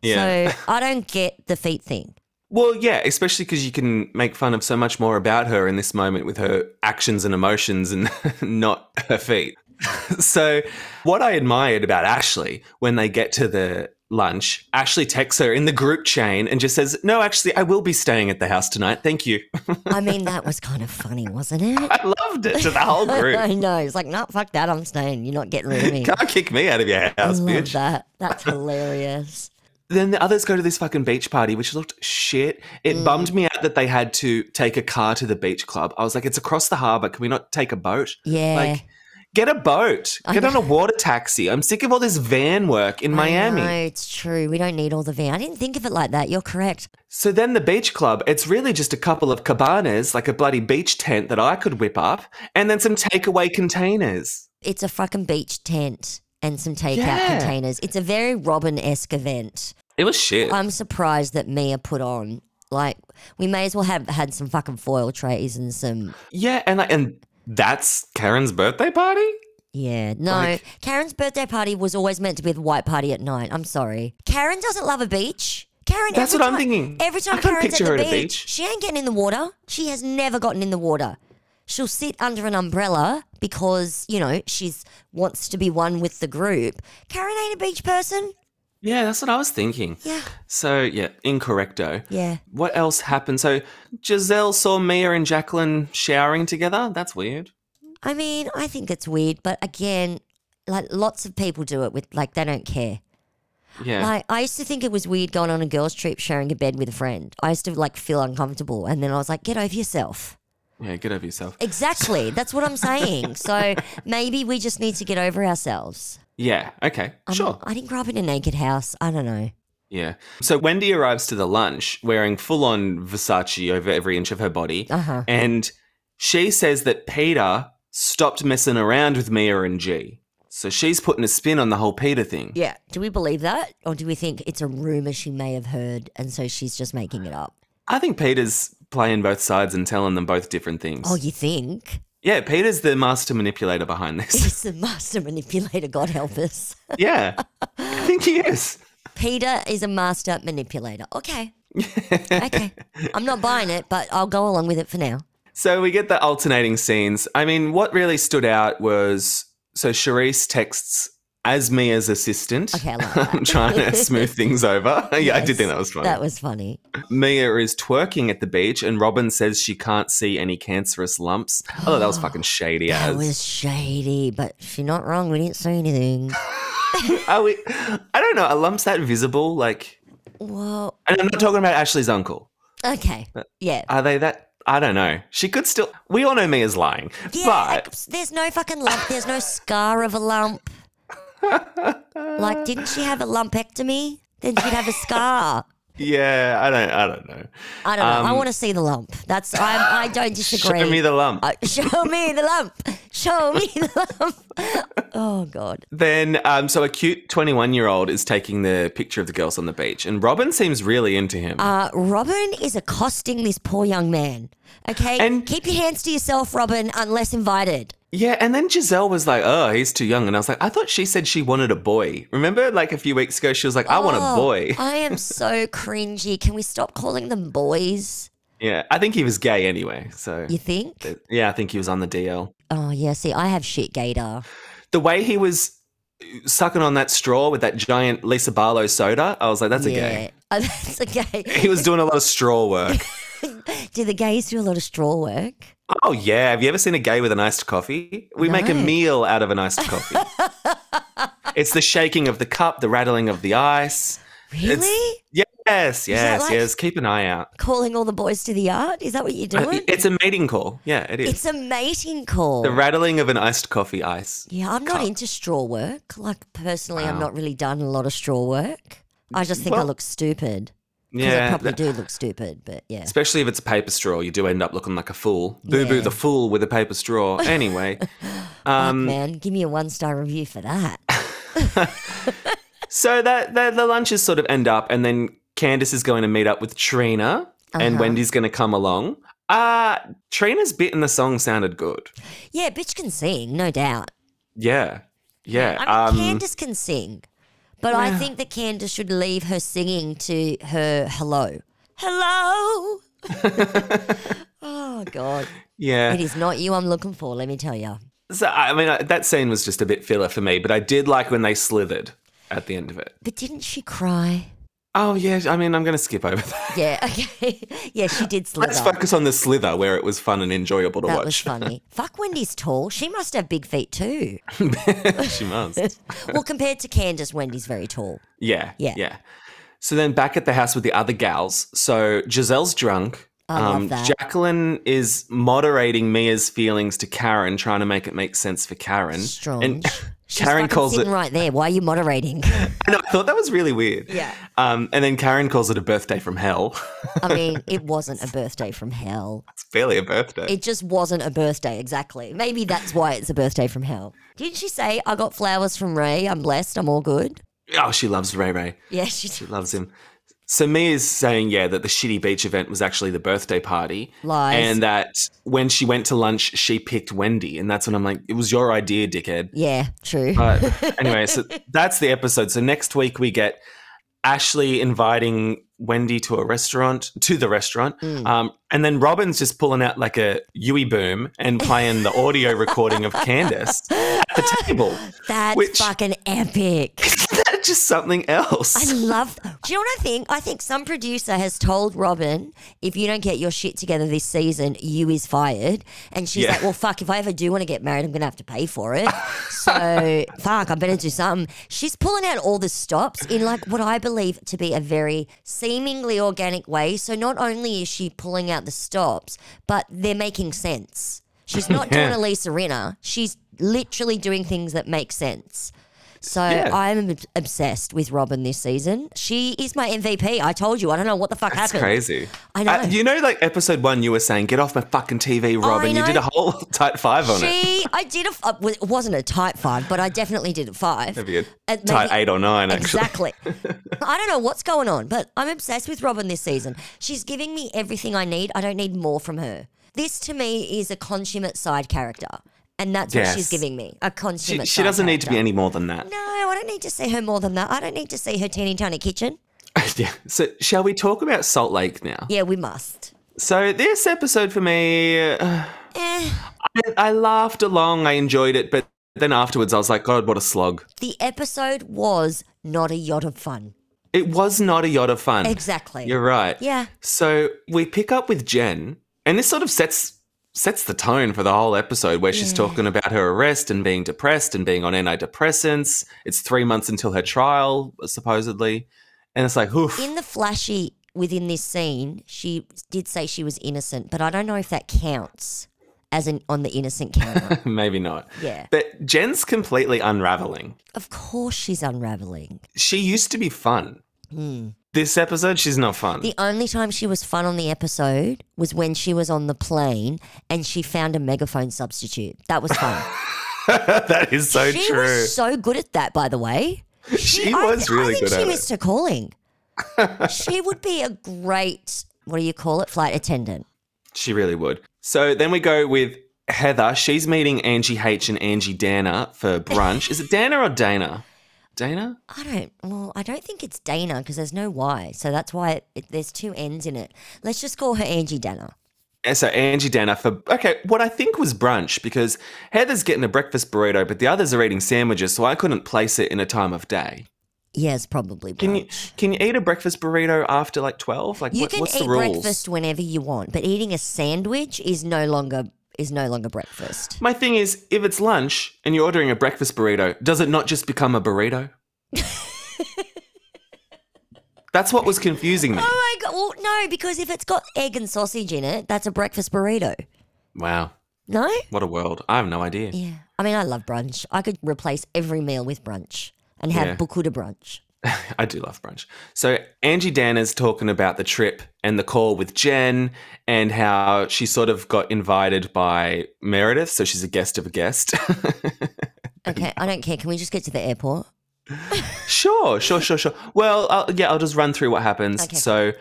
Yeah.
So I don't get the feet thing.
Well, yeah, especially because you can make fun of so much more about her in this moment with her actions and emotions and not her feet. so, what I admired about Ashley when they get to the lunch, Ashley texts her in the group chain and just says, No, actually, I will be staying at the house tonight. Thank you.
I mean, that was kind of funny, wasn't it?
I loved it to the whole
I
group.
know. It's like, no, fuck that. I'm staying. You're not getting rid of me.
Can't kick me out of your
I
house,
love
bitch.
that. That's hilarious.
Then the others go to this fucking beach party, which looked shit. It bummed me out that they had to take a car to the beach club. I was like, it's across the harbour. Can we not take a boat?
Yeah.
Like, get a boat. Get on a water taxi. I'm sick of all this van work in Miami.
No, it's true. We don't need all the van. I didn't think of it like that. You're correct.
So then the beach club, it's really just a couple of cabanas, like a bloody beach tent that I could whip up, and then some takeaway containers.
It's a fucking beach tent and some takeout
Yeah.
containers. It's a very Robin esque event.
It was shit.
I'm surprised that Mia put on. Like, we may as well have had some fucking foil trays and some.
yeah, and like, and that's Karen's birthday party?
Yeah, no.
Like-
Karen's birthday party was always meant to be the white party at night. I'm sorry. Karen doesn't love a beach. Karen,
That's
every
what I'm
time-
thinking.
Every time
I can't
Karen's
picture
at the
her at a beach.
she ain't getting in the water. She has never gotten in the water. She'll sit under an umbrella because you know she's wants to be one with the group. Karen ain't a beach person.
Yeah, that's what I was thinking.
Yeah.
So yeah, incorrecto.
Yeah.
What else happened? So Giselle saw Mia and Jacqueline showering together. That's weird.
I mean, I think it's weird, but again, like lots of people do it with like they don't care.
Yeah.
Like I used to think it was weird going on a girls' trip sharing a bed with a friend. I used to like feel uncomfortable, and then I was like, get over yourself.
yeah, get over yourself.
Exactly. That's what I'm saying. So maybe we just need to get over ourselves.
Yeah. Okay.
I'm-
sure.
I didn't grow up in a naked house. I don't know.
Yeah. So Wendy arrives to the lunch wearing full on Versace over every inch of her body.
Uh-huh.
And she says that Peter stopped messing around with Mia and G. So she's putting a spin on the whole Peter thing.
Yeah. Do we believe that? Or do we think it's a rumor she may have heard and so she's just making it up?
I think Peter's playing both sides and telling them both different things.
Oh, you think?
yeah, Peter's the master manipulator behind this.
He's the master manipulator, God help us.
Yeah. I think he is.
Peter is a master manipulator. Okay. okay. I'm not buying it, but I'll go along with it for now.
So we get the alternating scenes. I mean, what really stood out was so Charisse texts as Mia's assistant.
Okay, I like that.
I'm trying to smooth things over. yeah, I did
Yes,
think that was funny.
That was funny.
Mia is twerking at the beach, and Robin says she can't see any cancerous lumps. I thought that was fucking shady
That
as.
was shady, but she's not wrong. We didn't say anything.
Are we, I don't know. Are lumps that visible? Like,
Well,
and I'm not talking about Ashley's uncle.
okay.
Uh,
Yeah.
Are they that? I don't know. She could still. We all know Mia's lying,
Yeah,
but
like, there's no fucking lump. There's no scar of a lump. like, didn't she have a lumpectomy? Then she'd have a scar.
yeah, I don't. I don't know.
I don't know. I want to see the lump. That's I'm, I don't disagree.
Um, Show me the lump.
Uh, show me the lump. Show me the lump. oh God.
Then, um, so a cute 21 year old is taking the picture of the girls on the beach, and Robin seems really into him.
Uh, Robin is accosting this poor young man. Okay,
And-
keep your hands to yourself, Robin, unless invited.
yeah, and then Giselle was like, oh, he's too young. And I was like, I thought she said she wanted a boy. Remember, like a few weeks ago, she was like, I want a
Oh,
boy.
I am so cringy. Can we stop calling them boys?
yeah, I think he was gay anyway. So,
You think?
yeah, I think he was on the DL.
Oh yeah, see, I have shit gator.
The way he was sucking on that straw with that giant Lisa Barlow soda, I was like, that's a
yeah,
gay.
Oh, that's okay.
He was doing a lot of straw work.
Do the gays do a lot of straw work?
oh, yeah. Have you ever seen a gay with an iced coffee? We make a
No.
meal out of an iced coffee. it's the shaking of the cup, the rattling of the ice.
Really?
Yes, yes,
like-
yes. Keep an eye out.
Calling all the boys to the yard? Is that what you're doing?
Uh, It's a mating call. Yeah, it is.
It's a mating call.
the rattling of an iced coffee ice.
yeah, I'm not into straw work. Like personally, I'm not really done a lot of straw work. I just think I
Well-
look stupid. Because I
Yeah.
probably
that-
do look stupid, but yeah.
Especially if it's a paper straw, you do end up looking like a fool. Boo boo
Yeah.
the fool with a paper straw. Anyway.
Fuck, man, give me a one star review for that.
So that, that the lunches sort of end up, and then Candace is going to meet up with Trina,
Uh-huh.
and Wendy's going to come along. Uh Trina's bit in the song sounded good.
Yeah, bitch can sing, no doubt.
Yeah, yeah.
I mean,
um,
Candace can sing, but I think that Candace should leave her singing to her hello. hello. oh, God.
Yeah.
It is not you I'm looking for, let me tell you.
So, I mean, I, that scene was just a bit filler for me, but I did like when they slithered at the end of it.
But didn't she cry?
Oh, yeah. I mean, I'm going to skip over that.
Yeah, okay. yeah, she did slither.
Let's focus on the slither where it was fun and enjoyable to
that
watch.
was funny. Fuck Wendy's tall. She must have big feet too.
she must.
well, compared to Candace, Wendy's very tall.
Yeah.
Yeah.
Yeah. So then back at the house with the other gals. So Giselle's drunk. um,
I love that.
Jacqueline is moderating Mia's feelings to Karen, trying to make it make sense for Karen.
Strange.
And
She's
Karen
fucking
calls it.
sitting right there. Why are you moderating?
No, I thought that was really weird.
Yeah.
Um, and then Karen calls it a birthday from hell.
I mean, it wasn't a birthday from hell.
it's barely a birthday.
It just wasn't a birthday, exactly. Maybe that's why it's a birthday from hell. Didn't she say, I got flowers from Ray, I'm blessed, I'm all good?
oh, she loves Ray Ray.
Yeah, she did.
Loves him. So Mia's saying, yeah, that the shitty beach event was actually the birthday party.
Lies.
And that when she went to lunch, she picked Wendy. And that's when I'm like, it was your idea, dickhead.
Yeah, true.
Uh, But anyway, so that's the episode. So next week we get Ashley inviting Wendy to a restaurant, to the restaurant.
Hmm.
Um, and then Robin's just pulling out like a Yui boom and playing the audio recording of Candace at the table.
that's
which-
fucking epic.
That's just something else.
I love. Do you know what I think? I think some producer has told Robin, if you don't get your shit together this season, you is fired. And she's
Yeah.
like, well, fuck, if I ever do want to get married, I'm going to have to pay for it. So, fuck, I better do something. She's pulling out all the stops in like what I believe to be a very seemingly organic way. So, not only is she pulling out the stops, but they're making sense. She's not
Yeah.
doing a Lisa Rinna. She's literally doing things that make sense. So
Yeah.
I'm ob- obsessed with Robin this season. She is my MVP. I told you. I don't know what the fuck
That's
happened.
crazy. Uh,
I know.
you know, like episode one, you were saying, "Get off my fucking TV, Robin." You
know.
did a whole tight five on it.
She, I did a, f- uh, well, it wasn't a tight five, but I definitely did a five.
Maybe a
And
tight
Uh, maybe-
eight or nine, actually.
Exactly. I don't know what's going on, but I'm obsessed with Robin this season. She's giving me everything I need. I don't need more from her. This to me is a consummate side character, and that's what
Yes.
she's giving me a
She,
consummate.
she
side
doesn't need to be
character.
any more than that.
No, I don't need to see her more than that. I don't need to see her teeny tiny kitchen.
yeah. So, shall we talk about Salt Lake now?
Yeah, we must.
So, this episode for me, uh,
Eh.
I, I laughed along, I enjoyed it, but then afterwards, I was like, "God, what a slog!"
The episode was not a yacht of fun.
It was not a yacht of fun.
Exactly.
You're right.
Yeah.
So we pick up with Jen, and this sort of sets sets the tone for the whole episode where she's talking about her arrest and being depressed and being on antidepressants. It's three months until her trial, supposedly. And it's like, oof.
In the flashy within this scene, she did say she was innocent, but I don't know if that counts as an on the innocent counter.
Maybe not.
Yeah.
But Jen's completely unraveling.
of course she's unraveling.
She used to be fun.
Hmm.
This episode, she's not fun.
The only time she was fun on the episode was when she was on the plane and she found a megaphone substitute. That was fun.
that is so
she
true.
was so good at that, by the way.
She
I-
was really
I think
good
she
at it.
missed her calling. she would be a great, what do you call it, flight attendant.
She really would. So then we go with Heather. She's meeting Angie H and Angie Dana for brunch. Is it Dana or Dana? Dana?
I don't. Well, I don't think it's Dana because there's no Y, so that's why it, there's two N's in it. Let's just call her Angie Dana.
And Eh, so Angie Dana for okay, what I think was brunch because Heather's getting a breakfast burrito, but the others are eating sandwiches, so I couldn't place it in a time of day.
Yes, probably.
Can you can you eat a breakfast burrito after like twelve? Like
You
what,
can
what's
eat
the rules?
breakfast whenever you want, but eating a sandwich is no longer is no longer breakfast.
My thing is, if it's lunch and you're ordering a breakfast burrito, does it not just become a burrito? That's what was confusing me.
Oh my god! Well, no, because if it's got egg and sausage in it, that's a breakfast burrito.
Wow.
No.
What a world. I have no idea.
Yeah. I mean, I love brunch. I could replace every meal with brunch and have
Yeah.
bukuda brunch.
I do love brunch. So Angie Dana's talking about the trip and the call with Jen and how she sort of got invited by Meredith. So she's a guest of a guest.
Okay, I don't care. Can we just get to the airport?
sure, sure, sure, sure. Well, I'll, yeah, I'll just run through what happens.
Okay.
So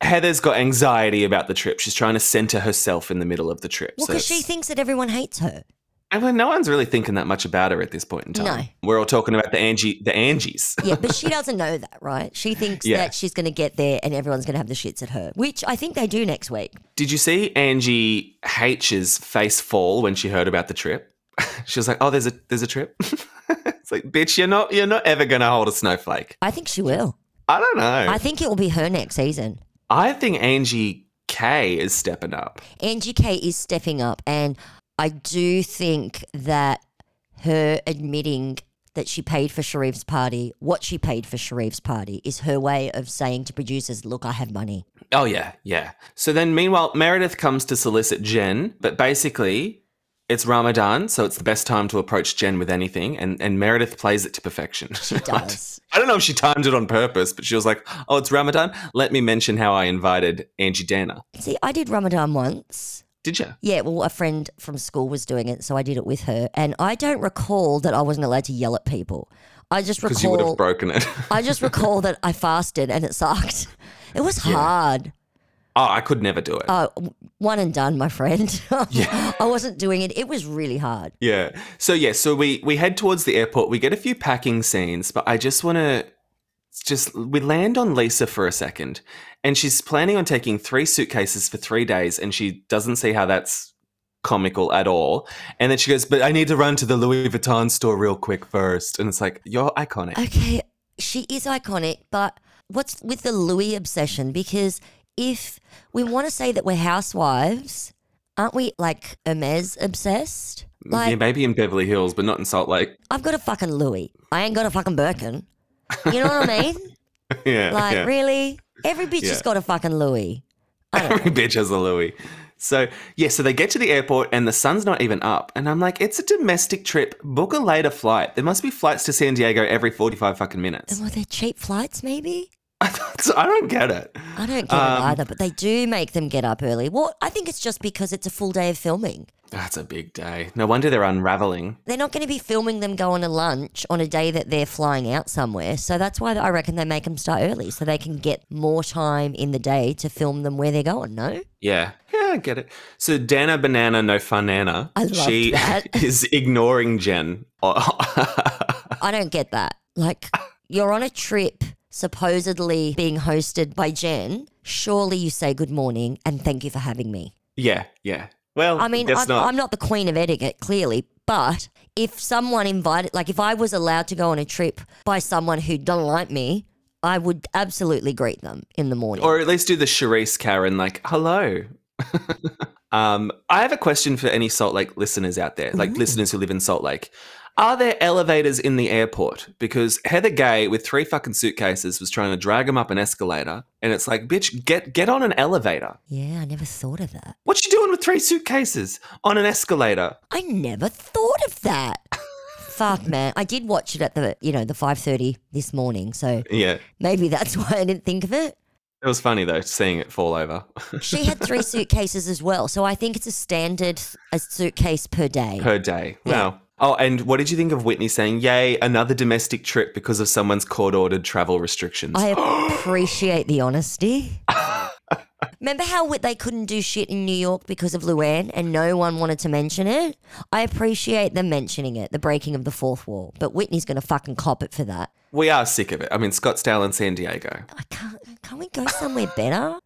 Heather's got anxiety about the trip. She's trying to center herself in the middle of the trip.
Well,
So
because she
it's-
thinks that everyone hates her.
And when no one's really thinking that much about her at this point in time.
No.
We're all talking about the Angie, the Angies.
Yeah, but she doesn't know that, right? She thinks
Yeah.
that she's going to get there and everyone's going to have the shits at her, which I think they do next week.
Did you see Angie H's face fall when she heard about the trip? she was like, "Oh, there's a there's a trip." it's like, "Bitch, you're not you're not ever gonna hold a snowflake."
I think she will.
I don't know.
I
I,
think it will be her next season.
think Angie K is stepping up.
NGK is stepping up, and I do think that her admitting that she paid for Sharif's party, what she paid for Sharif's party, is her way of saying to producers, "Look, I have money."
Oh yeah, yeah. So then, meanwhile, Meredith comes to solicit Jen, but basically, it's Ramadan, so it's the best time to approach Jen with anything, and and Meredith plays it to perfection. She
does.
I don't know if she timed it on purpose, but she was like, "Oh, it's Ramadan. Let me mention how I invited Angie Dana."
See, I did Ramadan once.
Did you?
Yeah, well, a friend from school was doing it, so I did it with her, and I don't recall that I wasn't allowed to yell at people. I just
Because you would
recall
have broken it.
I just recall that I fasted and it sucked. It was hard.
oh, I could never do it.
Oh, one and done, my friend. yeah. I wasn't doing it. It was really hard.
yeah. So yeah, so we we head towards the airport. We get a few packing scenes, but I just want to just we land on Lisa for a second, and she's planning on taking three suitcases for three days, and she doesn't see how that's comical at all. And then she goes, "But I need to run to the Louis Vuitton store real quick first. And it's like you're iconic.
Okay, she is iconic, but what's with the Louis obsession? Because if we want to say that we're housewives, aren't we like Hermes obsessed? Like,
yeah, maybe in Beverly Hills, but not in Salt Lake.
I've got a fucking Louis. I ain't got a fucking Birkin. You know what I mean?
yeah,
Like,
yeah.
really? Every bitch has
Yeah.
got a fucking Louis.
Every bitch has a Louis. So yeah, so they get to the airport and the sun's not even up, and I'm like, it's a domestic trip. Book a later flight. There must be flights to San Diego every 45 fucking minutes.
Were there cheap flights, maybe?
I don't- I don't get it.
I don't get
Um,
it either, but they do make them get up early. Well, I think it's just because it's a full day of filming.
That's a big day. No wonder they're unraveling.
They're not going to be filming them going to lunch on a day that they're flying out somewhere. So that's why I reckon they make them start early so they can get more time in the day to film them where they're going, no?
Yeah, yeah, I get it. So Dana Banana, no fun Anna.
I loved
she
that.
is ignoring Jen. Oh.
I don't get that. Like, you're on a trip supposedly being hosted by Jen. Surely you say good morning and thank you for having me.
yeah, yeah. Well,
I mean,
that's
I'm
not.
I'm not the queen of etiquette, clearly, but if someone invited, like if I was allowed to go on a trip by someone who don't like me, I would absolutely greet them in the morning.
or at least do the Charisse Karen, like, hello. um, I have a question for any Salt Lake listeners out there, like listeners who live in Salt Lake. Are there elevators in the airport? Because Heather Gay with three fucking suitcases was trying to drag him up an escalator, and it's like, bitch, get get on an elevator.
yeah, I never thought of that.
What you doing with three suitcases on an escalator?
I never thought of that. Fuck, man. I did watch it at the, you know, the 5.30 this morning, so
Yeah,
maybe that's why I didn't think of it.
it was funny though seeing it fall over
She had three suitcases as well, so I think it's a standard a suitcase per day.
per day. Wow. Oh, and what did you think of Whitney saying, "Yay, another domestic trip because of someone's court-ordered travel restrictions"?
I appreciate the honesty. Remember how wi- they couldn't do shit in New York because of Luann and no one wanted to mention it? I appreciate them mentioning it, the breaking of the fourth wall. But Whitney's going to fucking cop it for that.
We are sick of it. I mean, Scottsdale and San Diego.
I can't, can't we go somewhere better?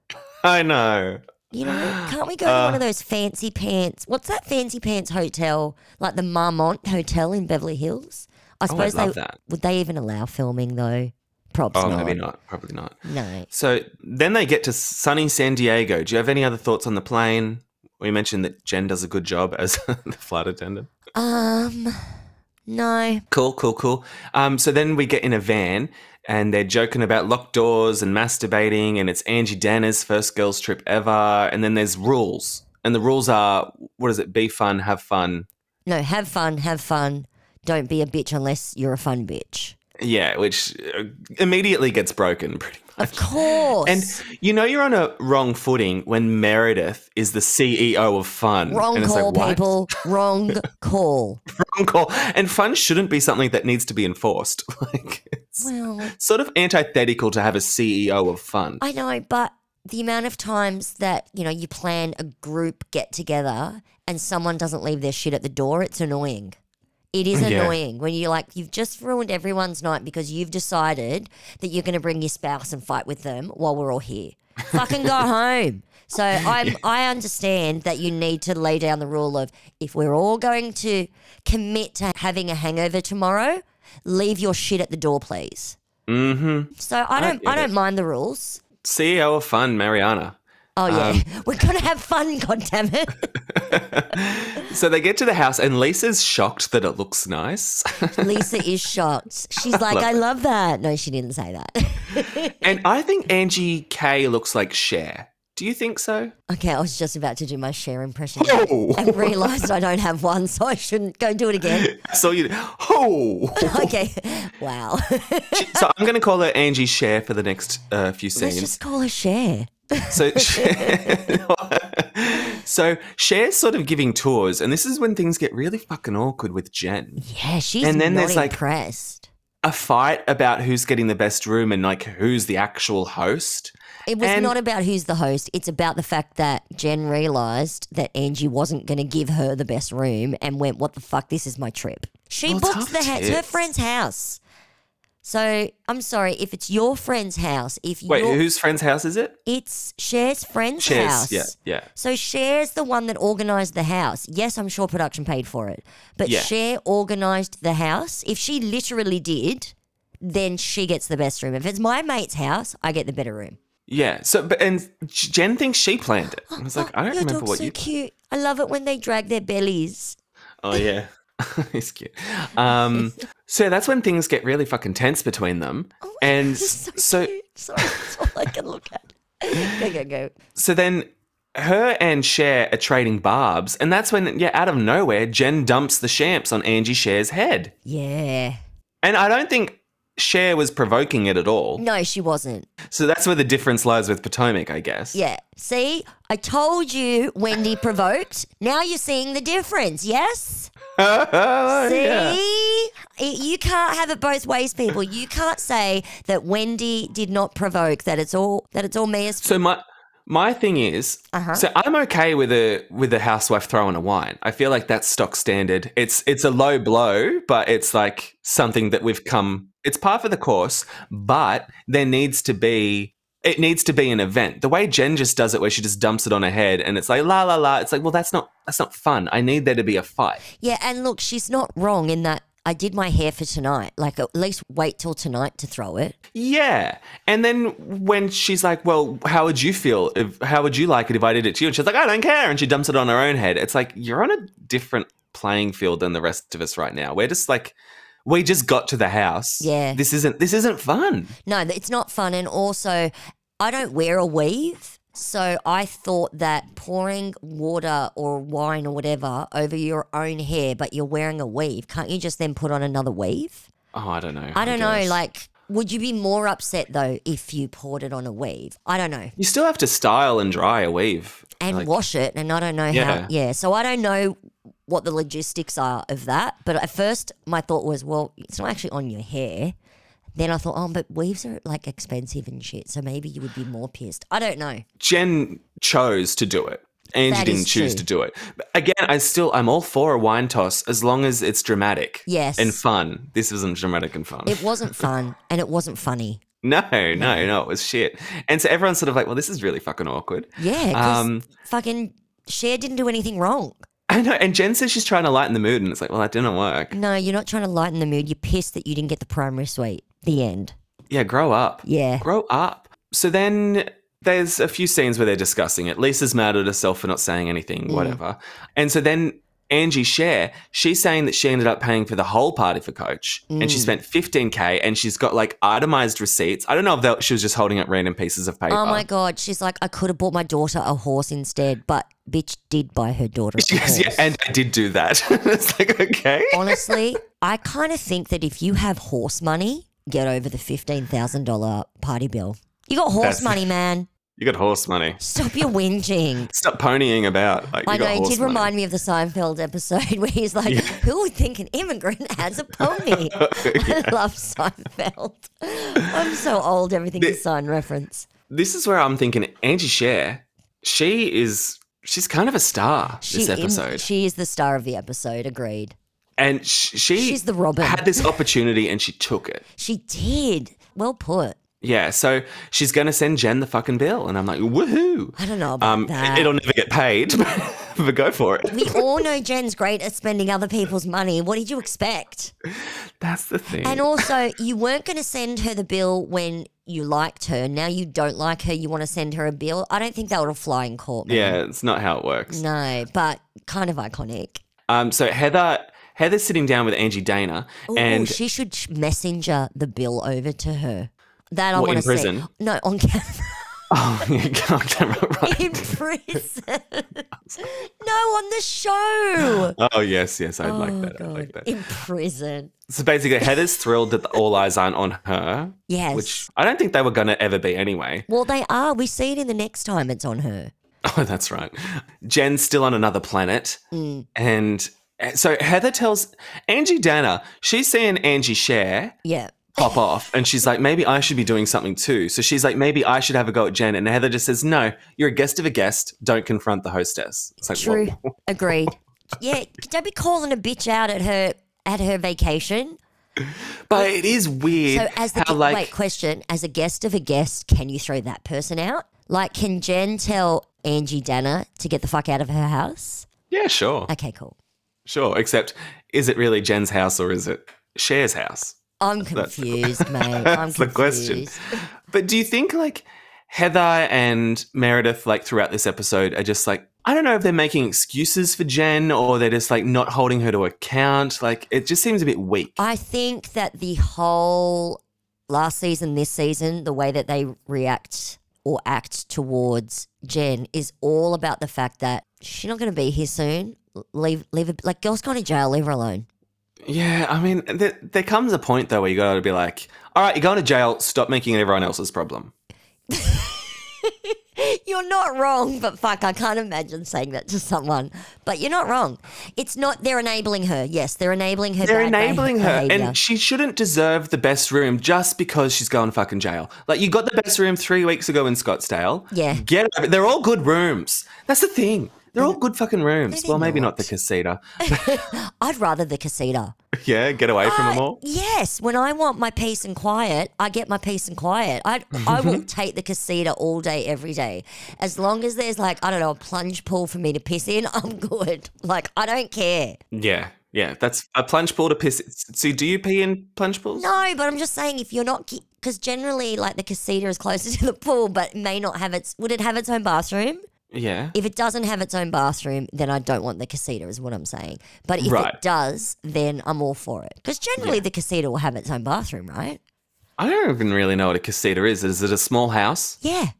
I know.
You know, can't we go to
Uh.
one of those fancy pants? What's that fancy pants hotel? Like the Marmont Hotel in Beverly Hills? I suppose
love
they
that.
would they even allow filming though? Props
Oh,
not.
maybe not. Probably not.
No.
So then they get to sunny San Diego. Do you have any other thoughts on the plane? We mentioned that Jen does a good job as the flight attendant.
Um, no.
Cool, cool, cool. Um, so then we get in a van and they're joking about locked doors and masturbating, and it's Angie Danner's first girls' trip ever. And then there's rules. And the rules are what is it? Be fun, have fun.
No, have fun, have fun. Don't be a bitch unless you're a fun bitch.
Yeah, which uh, immediately gets broken pretty much.
Of course.
And you know you're on a wrong footing when Meredith is the CEO of Fun.
wrong
and it's
call,
like, what?
people. Wrong call.
Wrong call. And Fun shouldn't be something that needs to be enforced. like it's
Well,
sort E of antithetical to have a CEO of Fun.
I know, but the amount of times that you know you plan a group get together and someone doesn't leave their shit at the door it's annoying it is
Yeah.
annoying when you're like you've just ruined everyone's night because you've decided that you're going to bring your spouse and fight with them while we're all here fucking go home so I'm, I understand that you need to lay down the rule of if we're all going to commit to having a hangover tomorrow, leave your shit at the door, please. Mm-hmm. So I don't I,
get
don't mind the rules.
CEO E of Fun, Mariana.
Oh yeah, we're gonna have fun, goddammit.
So they get to the house, and Lisa's shocked that it looks nice.
Lisa is shocked. She's like, "I love that." No, she didn't say that.
and I think Angie K looks like Cher. Do you think so?
okay, I was just about to do my share impression
Oh.
and realised I don't have one, so I shouldn't go do it again.
So you, oh.
Okay, wow.
so I'm going to call her Angie Cher for the next uh, few
Let's
scenes.
just call her share.
So, Cher- so Cher's sort of giving tours, and this is when things get really fucking awkward with Jen.
Yeah, she's
And then
not
there's, like-
impressed.
A fight about who's getting the best room and like who's the actual host.
It was
and-
not about who's the host. It's about the fact that Jen realised that Angie wasn't going to give her the best room and went, "What the fuck? This is my trip." She
Well, tough
booked the house, her
tits.
friend's house. So I'm sorry if it's your friend's house. If
Wait,
your,
whose friend's house is it?
it's Cher's friend's
Cher's,
house.
yeah, yeah.
So Cher's the one that organised the house. Yes, I'm sure production paid for it, but
Yeah.
Cher organised the house. If she literally did, then she gets the best room. If it's my mate's house, I get the better room.
Yeah. So, but and Jen thinks she planned it. I was like, I don't
Oh, Your
remember
dog's
what
so
you.
cute. I love it when they drag their bellies.
Oh yeah, he's cute. Um, so that's when things get really fucking tense between them,
Oh
and
It's so,
so
cute. Sorry, that's all I can look at. Go go go.
So then her and Cher are trading barbs, and that's when, yeah, out of nowhere, Jen dumps the champs on Angie Cher's head.
Yeah.
And I don't think Cher was provoking it at all.
No, she wasn't.
So that's where the difference lies with Potomac, I guess.
Yeah. See, I told you Wendy provoked. Now you're seeing the difference. Yes?
Oh,
See?
yeah.
It- You can't have it both ways, people. You can't say that Wendy did not provoke, that it's all that it's all Mia's
So my my thing is, so I'm okay with a with a housewife throwing a wine. I feel like that's stock standard. It's it's a low blow, but it's like something that we've come. It's part of the course, but there needs to be it needs to be an event. The way Jen just does it, where she just dumps it on her head, and it's like la la la. It's like, well, that's not that's not fun. I need there to be a fight.
Yeah, and look, she's not wrong in that I did my hair for tonight. Like, at least wait till tonight to throw it.
Yeah. And then when she's like, well, how would you feel? If, how would you like it if I did it to you? And she's like, I don't care. And she dumps it on her own head. It's like, you're on a different playing field than the rest of us right now. We're just like, we just got to the house.
Yeah.
This isn't, this isn't fun.
No, it's not fun. And also, I don't wear a weave. So I thought that pouring water or wine or whatever over your own hair, but you're wearing a weave, can't you just then put on another weave?
Oh, I don't know.
I don't know.
guess.
Like, would you be more upset though if you poured it on a weave? I don't know.
you still have to style and dry a weave.
and
Like-
wash it and I don't know
Yeah.
how yeah so I don't know what the logistics are of that but at first my thought was well it's not actually on your hair then I thought oh but weaves are like expensive and shit so maybe you would be more pissed I don't know
Jen chose to do it. Angie
That
didn't
is
choose
true.
to do it. But again, I still, I'm all for a wine toss as long as it's dramatic.
Yes.
And fun. This isn't dramatic and fun.
it wasn't fun and it wasn't funny
No, no, no, it was shit. And so everyone's sort of like, well, this is really fucking awkward.
yeah 'cause
Um,
fucking Cher didn't do anything wrong
I know. And Jen says she's trying to lighten the mood, and it's like, well, that didn't work.
no you're not trying to lighten the mood you're pissed that you didn't get the primary suite the end
Yeah, grow up.
yeah
Grow up. So then there's a few scenes where they're discussing it. Lisa's mad at herself for not saying anything, whatever. And so then Angie Cher, she's saying that she ended up paying for the whole party for Coach and
Mm.
she spent 15K and she's got like itemized receipts. I don't know if that, she was just holding up random pieces of paper.
Oh my god, she's like, I could have bought my daughter a horse instead, but bitch did buy her daughter a
Yes,
horse.
yeah, and I did do that. it's like, okay.
Honestly, I kind of think that if you have horse money, get over the fifteen thousand dollar party bill. You got horse
That's-
money, man.
You got horse money.
Stop your whinging.
Stop ponying about. Like, you
I know,
got
it
horse
did
money.
remind me of the Seinfeld episode where he's like, Who would think an immigrant has a pony? I love Seinfeld. I'm so old, everything is sign reference.
This is where I'm thinking Angie Share. She is she's kind of a star this
im-
episode,
she is the star of the episode. Agreed.
and sh- she
she's the Robin.
had this opportunity and she took it.
She did. Well put.
Yeah, so she's gonna send Jen the fucking bill, and I'm like, woohoo!
I don't know about
Um,
that.
it'll never get paid, but go for it.
we all know Jen's great at spending other people's money. What did you expect?
That's the thing.
And also, you weren't going to send her the bill when you liked her. Now you don't like her. You want to send her a bill. I don't think that would fly in court. man.
yeah, it's not how it works.
No, but kind of iconic.
Um, so Heather, Heather's sitting down with Angie Dana,
Ooh,
and
she should sh- messenger the bill over to her. That I
What, in
want to see.
prison?
No, on camera.
oh, you can't get it right.
in prison. no, on the show.
Oh yes, yes, I'd like that. I'd like that.
In prison.
So basically, Heather's thrilled that the all eyes aren't on her,
Yes.
which I don't think they were gonna ever be anyway.
well, they are. We see it in the next time it's on her.
Oh, that's right. Jen's still on another planet.
Mm.
And so Heather tells Angie Dana, she's seeing Angie Share
Yeah.
pop off. And she's like, maybe I should be doing something too. So she's like, maybe I should have a go at Jen. And Heather just says, no, you're a guest of a guest. Don't confront the hostess. It's like,
True.
whoa.
Agreed. Yeah. Don't be calling a bitch out at her at her vacation.
But it is
So
weird
as the
how,
gu-
like,
wait question, as a guest of a guest, can you throw that person out? Like, can Jen tell Angie Dana to get the fuck out of her house?
yeah, sure,
Okay, cool.
sure. Except, is it really Jen's house or is it Cher's house?
I'm confused, mate. I'm
That's the question.
confused.
But do you think like Heather and Meredith, like throughout this episode, are just like I don't know if they're making excuses for Jen or they're just like not holding her to account. Like it just seems a bit weak.
I think that the whole last season, this season, the way that they react or act towards Jen is all about the fact that she's not going to be here soon. L- Leave, leave, her, like, girl's gone to jail, leave her alone.
Yeah, I mean, th- there comes a point though where you got to be like, all right, you're going to jail. Stop making it everyone else's problem.
You're not wrong, but fuck, I can't imagine saying that to someone. But you're not wrong. It's not, they're enabling her. Yes, they're enabling her.
They're
bad beha-
enabling her,
behavior.
and she shouldn't deserve the best room just because she's going fucking jail. Like you got the best room three weeks ago in Scottsdale.
Yeah.
get over it. They're all good rooms. That's the thing. They're all good fucking rooms.
they're
Well, maybe
not.
not the casita.
I'd rather the casita.
Yeah, get away from them
I-
all.
Yes, when I want my peace and quiet, I get my peace and quiet. I I will take the casita all day, every day, as long as there's like I don't know a plunge pool for me to piss in. I'm good. Like I don't care.
Yeah, yeah. That's a plunge pool to piss. See, do you pee in plunge pools?
No, but I'm just saying if you're not because generally like the casita is closer to the pool, but may not have its. Would it have its own bathroom?
Yeah.
If it doesn't have its own bathroom, then I don't want the casita, is what I'm saying. But if
Right.
it does, then I'm all for it. Because generally the casita will have its own bathroom, right?
I don't even really know what a casita is. Is it a small house?
Yeah.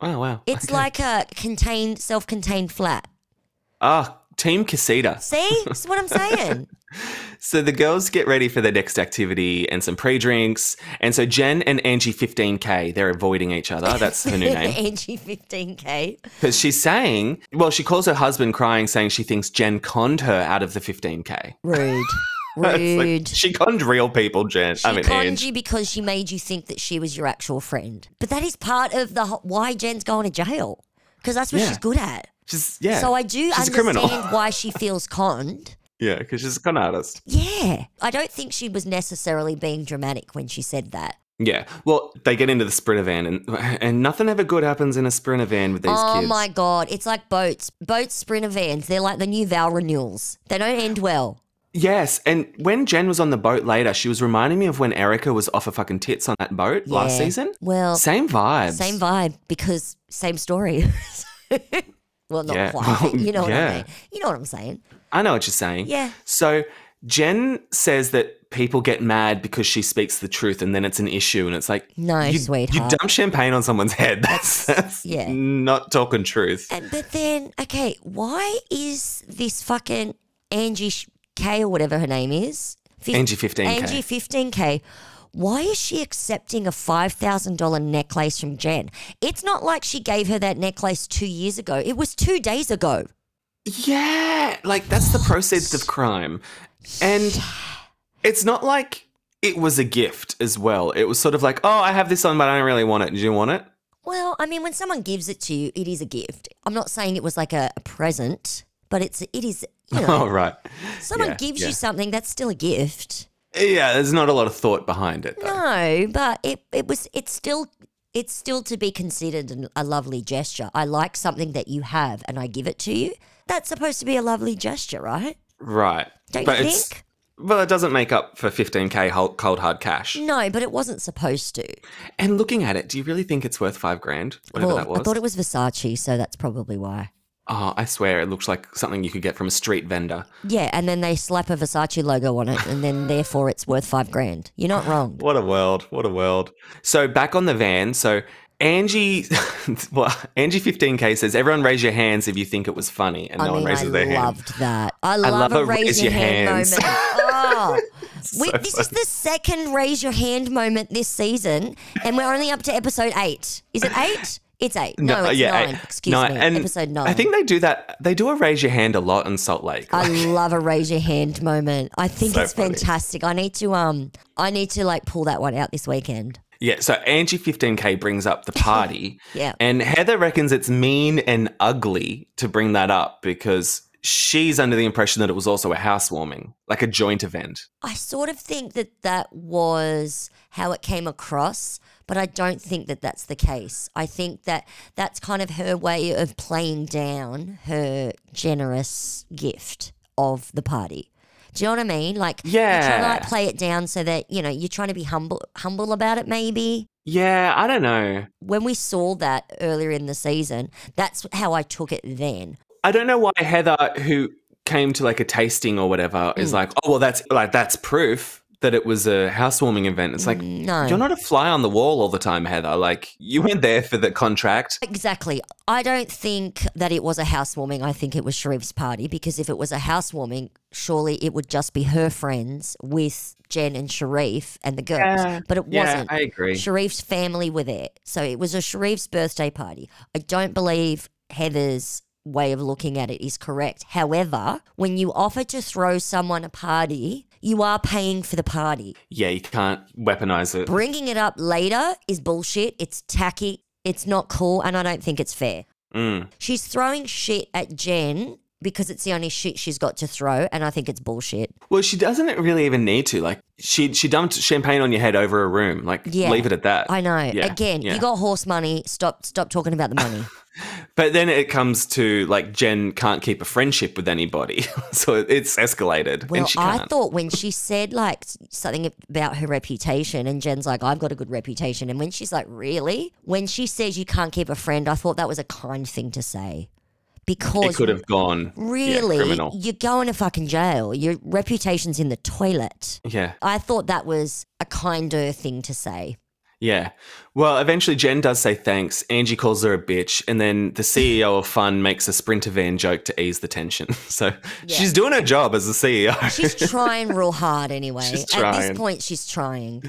Oh wow.
It's like a contained, self-contained flat.
Ah, team casita.
See, that's what I'm saying.
So the girls get ready for their next activity and some pre-drinks. And so Jen and Angie 15K, they're avoiding each other. That's her new name.
Angie 15k.
Because she's saying, well, she calls her husband crying, saying she thinks Jen conned her out of the 15K.
Rude,
It's like,
rude.
she conned real people, Jen.
she
I mean,
conned
Angie.
you because she made you think that she was your actual friend. But that is part of the ho- why Jen's going to jail because that's what
Yeah.
she's good at.
She's, yeah.
So I do
she's a
understand
criminal.
why she feels conned.
Yeah, because she's a con artist.
Yeah, I don't think she was necessarily being dramatic when she said that.
Yeah. Well, they get into the sprinter van, and and nothing ever good happens in a sprinter van with these
oh
kids.
my god, it's like boats, boats, sprinter vans. They're like the new Val renewals. They don't end well.
Yes, and when Jen was on the boat later, she was reminding me of when Erica was off her fucking tits on that boat last
Yeah.
season.
Well,
Same vibes.
Same vibe because same story. well, not
Yeah.
quite. but You know what I
Yeah.
mean? You know what I'm saying?
I know what you're saying.
Yeah.
So Jen says that people get mad because she speaks the truth, and then it's an issue, and it's like
No,
you, You
sweetheart.
dump champagne on someone's head. That's, that's
yeah.
not talking truth.
And but then, okay, why is this fucking Angie Sh- K or whatever her name is? Fif-
Angie 15K.
Angie 15K. Why is she accepting a $5,000 necklace from Jen? It's not like she gave her that necklace two years ago. It was two days ago.
Yeah, like that's the proceeds of crime. And it's not like it was a gift as well. It was sort of like, oh, I have this on, but I don't really want it. Do you want it?
Well, I mean, when someone gives it to you, it is a gift. I'm not saying it was like a, a present, but it's it is. You know,
Oh, right.
someone
yeah,
gives
yeah.
you something that's still a gift.
Yeah, there's not a lot of thought behind it, though.
No, but it it was it's still it's still to be considered an, a lovely gesture. I like something that you have, and I give it to you. That's supposed to be a lovely gesture, right?
Right.
Don't
but
you
it's,
think?
Well, it doesn't make up for 15K hol- cold hard cash.
No, but it wasn't supposed to.
And looking at it, do you really think it's worth five grand? Whatever
Well,
that was.
Oh, I thought it was Versace, so that's probably why.
oh, I swear it looks like something you could get from a street vendor.
Yeah, and then they slap a Versace logo on it, and then therefore it's worth five grand. You're not wrong.
What a world. What a world. So back on the van. So Angie, well, Angie 15K says, everyone raise your hands if you think it was funny. And
I
no
mean,
one
I
raises their hand.
loved that. I love,
love
a
a raise
raise your
your
hand
hands.
moment. Oh, we,
so
this is the second raise your hand moment this season, and we're only up to episode eight. Is it eight? It's eight. No, it's
yeah,
nine.
I-
Excuse
nine.
me.
And
episode nine.
I think they do that. They do a raise your hand a lot in Salt Lake.
I love a raise your hand moment. I think
So
it's
funny.
fantastic. I need to um, I need to like pull that one out this weekend.
Yeah, so Angie 15K brings up the party.
Yeah.
And Heather reckons it's mean and ugly to bring that up because she's under the impression that it was also a housewarming, like a joint event.
I sort of think that that was how it came across, but I don't think that that's the case. I think that that's kind of her way of playing down her generous gift of the party. Do you know what I mean? Like, you're trying to like
Yeah.
play it down so that you know you're trying to be humble, humble about it. Maybe
Yeah, I don't know.
when we saw that earlier in the season, that's how I took it then.
I don't know why Heather, who came to like a tasting or whatever,
Mm.
is like, oh, well, that's like, that's proof that it was a housewarming event. It's like,
Mm, No,
you're not a fly on the wall all the time, Heather. Like, you weren't there for the contract.
Exactly. I don't think that it was a housewarming. I think it was Sharif's party because if it was a housewarming, surely it would just be her friends with Jen and Sharif and the girls. But it
Yeah,
wasn't.
I agree.
Sharif's family were there. So it was a Sharif's birthday party. I don't believe Heather's way of looking at it is correct. However, when you offer to throw someone a party, you are paying for the party.
Yeah, you can't weaponize it.
Bringing it up later is bullshit. It's tacky. It's not cool. And I don't think it's fair.
Mm.
She's throwing shit at Jen because it's the only shit she's got to throw, and I think it's bullshit.
Well, she doesn't really even need to. Like she she dumped champagne on your head over a room. Like
Yeah.
leave it at that.
I know.
Yeah,
Again,
yeah.
you got horse money. Stop stop talking about the money.
But then it comes to like Jen can't keep a friendship with anybody, so it's escalated.
Well,
and she
I
can't.
thought when she said like s- something about her reputation and Jen's like, I've got a good reputation. And when she's like, Really? When she says you can't keep a friend, I thought that was a kind thing to say.
it
Because
could have gone yeah,
really
criminal.
you're going to fucking jail. Your reputation's in the toilet.
Yeah,
I thought that was a kinder thing to say.
yeah. Well, eventually Jen does say thanks. Angie calls her a bitch, and then the CEO of Fun makes a sprinter van joke to ease the tension. So she's doing her job as the E CEO.
She's trying real hard anyway.
She's
At
trying.
this point, she's trying.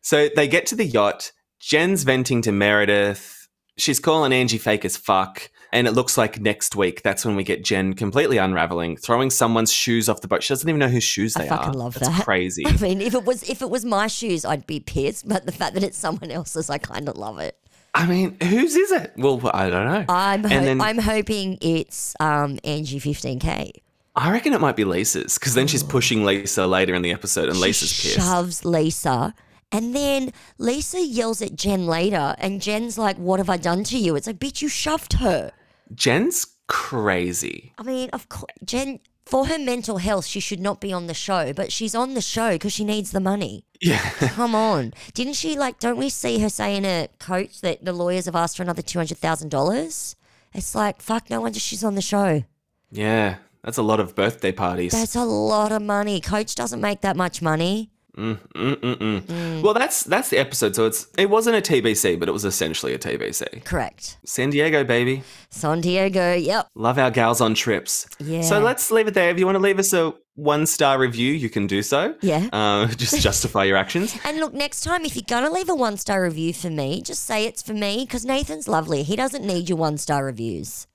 So they get to the yacht. Jen's venting to Meredith. She's calling Angie fake as fuck. And it looks like next week, that's when we get Jen completely unraveling, throwing someone's shoes off the boat. She doesn't even know whose shoes
I
they
fucking
are.
love
that's
that.
crazy.
I mean, if it was if it was my shoes, I'd be pissed. But the fact that it's someone else's, I kind of love it.
I mean, whose is it? Well, I don't know.
I'm ho-
and then
I'm hoping it's um, Angie 15k.
I reckon it might be Lisa's because then she's pushing Lisa later in the episode, and Lisa's
she
pissed.
shoves Lisa, and then Lisa yells at Jen later, and Jen's like, "What have I done to you?" It's like, "Bitch, you shoved her."
Jen's crazy.
I mean, of course, Jen. For her mental health, she should not be on the show, but she's on the show because she needs the money.
Yeah.
Come on. Didn't she like don't we see her say in a coach that the lawyers have asked for another two hundred thousand dollars? It's like fuck no wonder she's on the show.
Yeah. That's a lot of birthday parties.
That's a lot of money. Coach doesn't make that much money.
Mm-mm-mm. Mm.
Mm.
Well, that's that's the episode. So it's it wasn't a TBC, but it was essentially a TBC.
Correct.
San Diego, baby.
San Diego, yep.
Love our gals on trips.
Yeah.
So let's leave it there. If you want to leave us a one star review, you can do so.
Yeah.
Uh, just justify your actions.
And look, next time if you're gonna leave a one star review for me, just say it's for me, because Nathan's lovely. He doesn't need your one star reviews.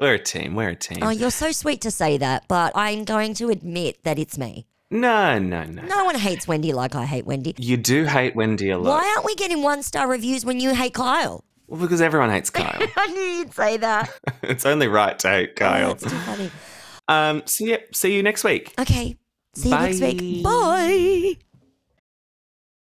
We're a team. We're a team.
Oh, you're so sweet to say that, but I'm going to admit that it's me.
no, no, no,
No one hates Wendy like I hate Wendy.
You do hate Wendy a lot.
Why aren't we getting one star reviews when you hate Kyle?
Well, because everyone hates Kyle.
I knew you'd say that.
it's only right to hate Kyle.
That's too funny.
Um, so, yeah, see you next week.
Okay. See you next
Bye.
week. Bye.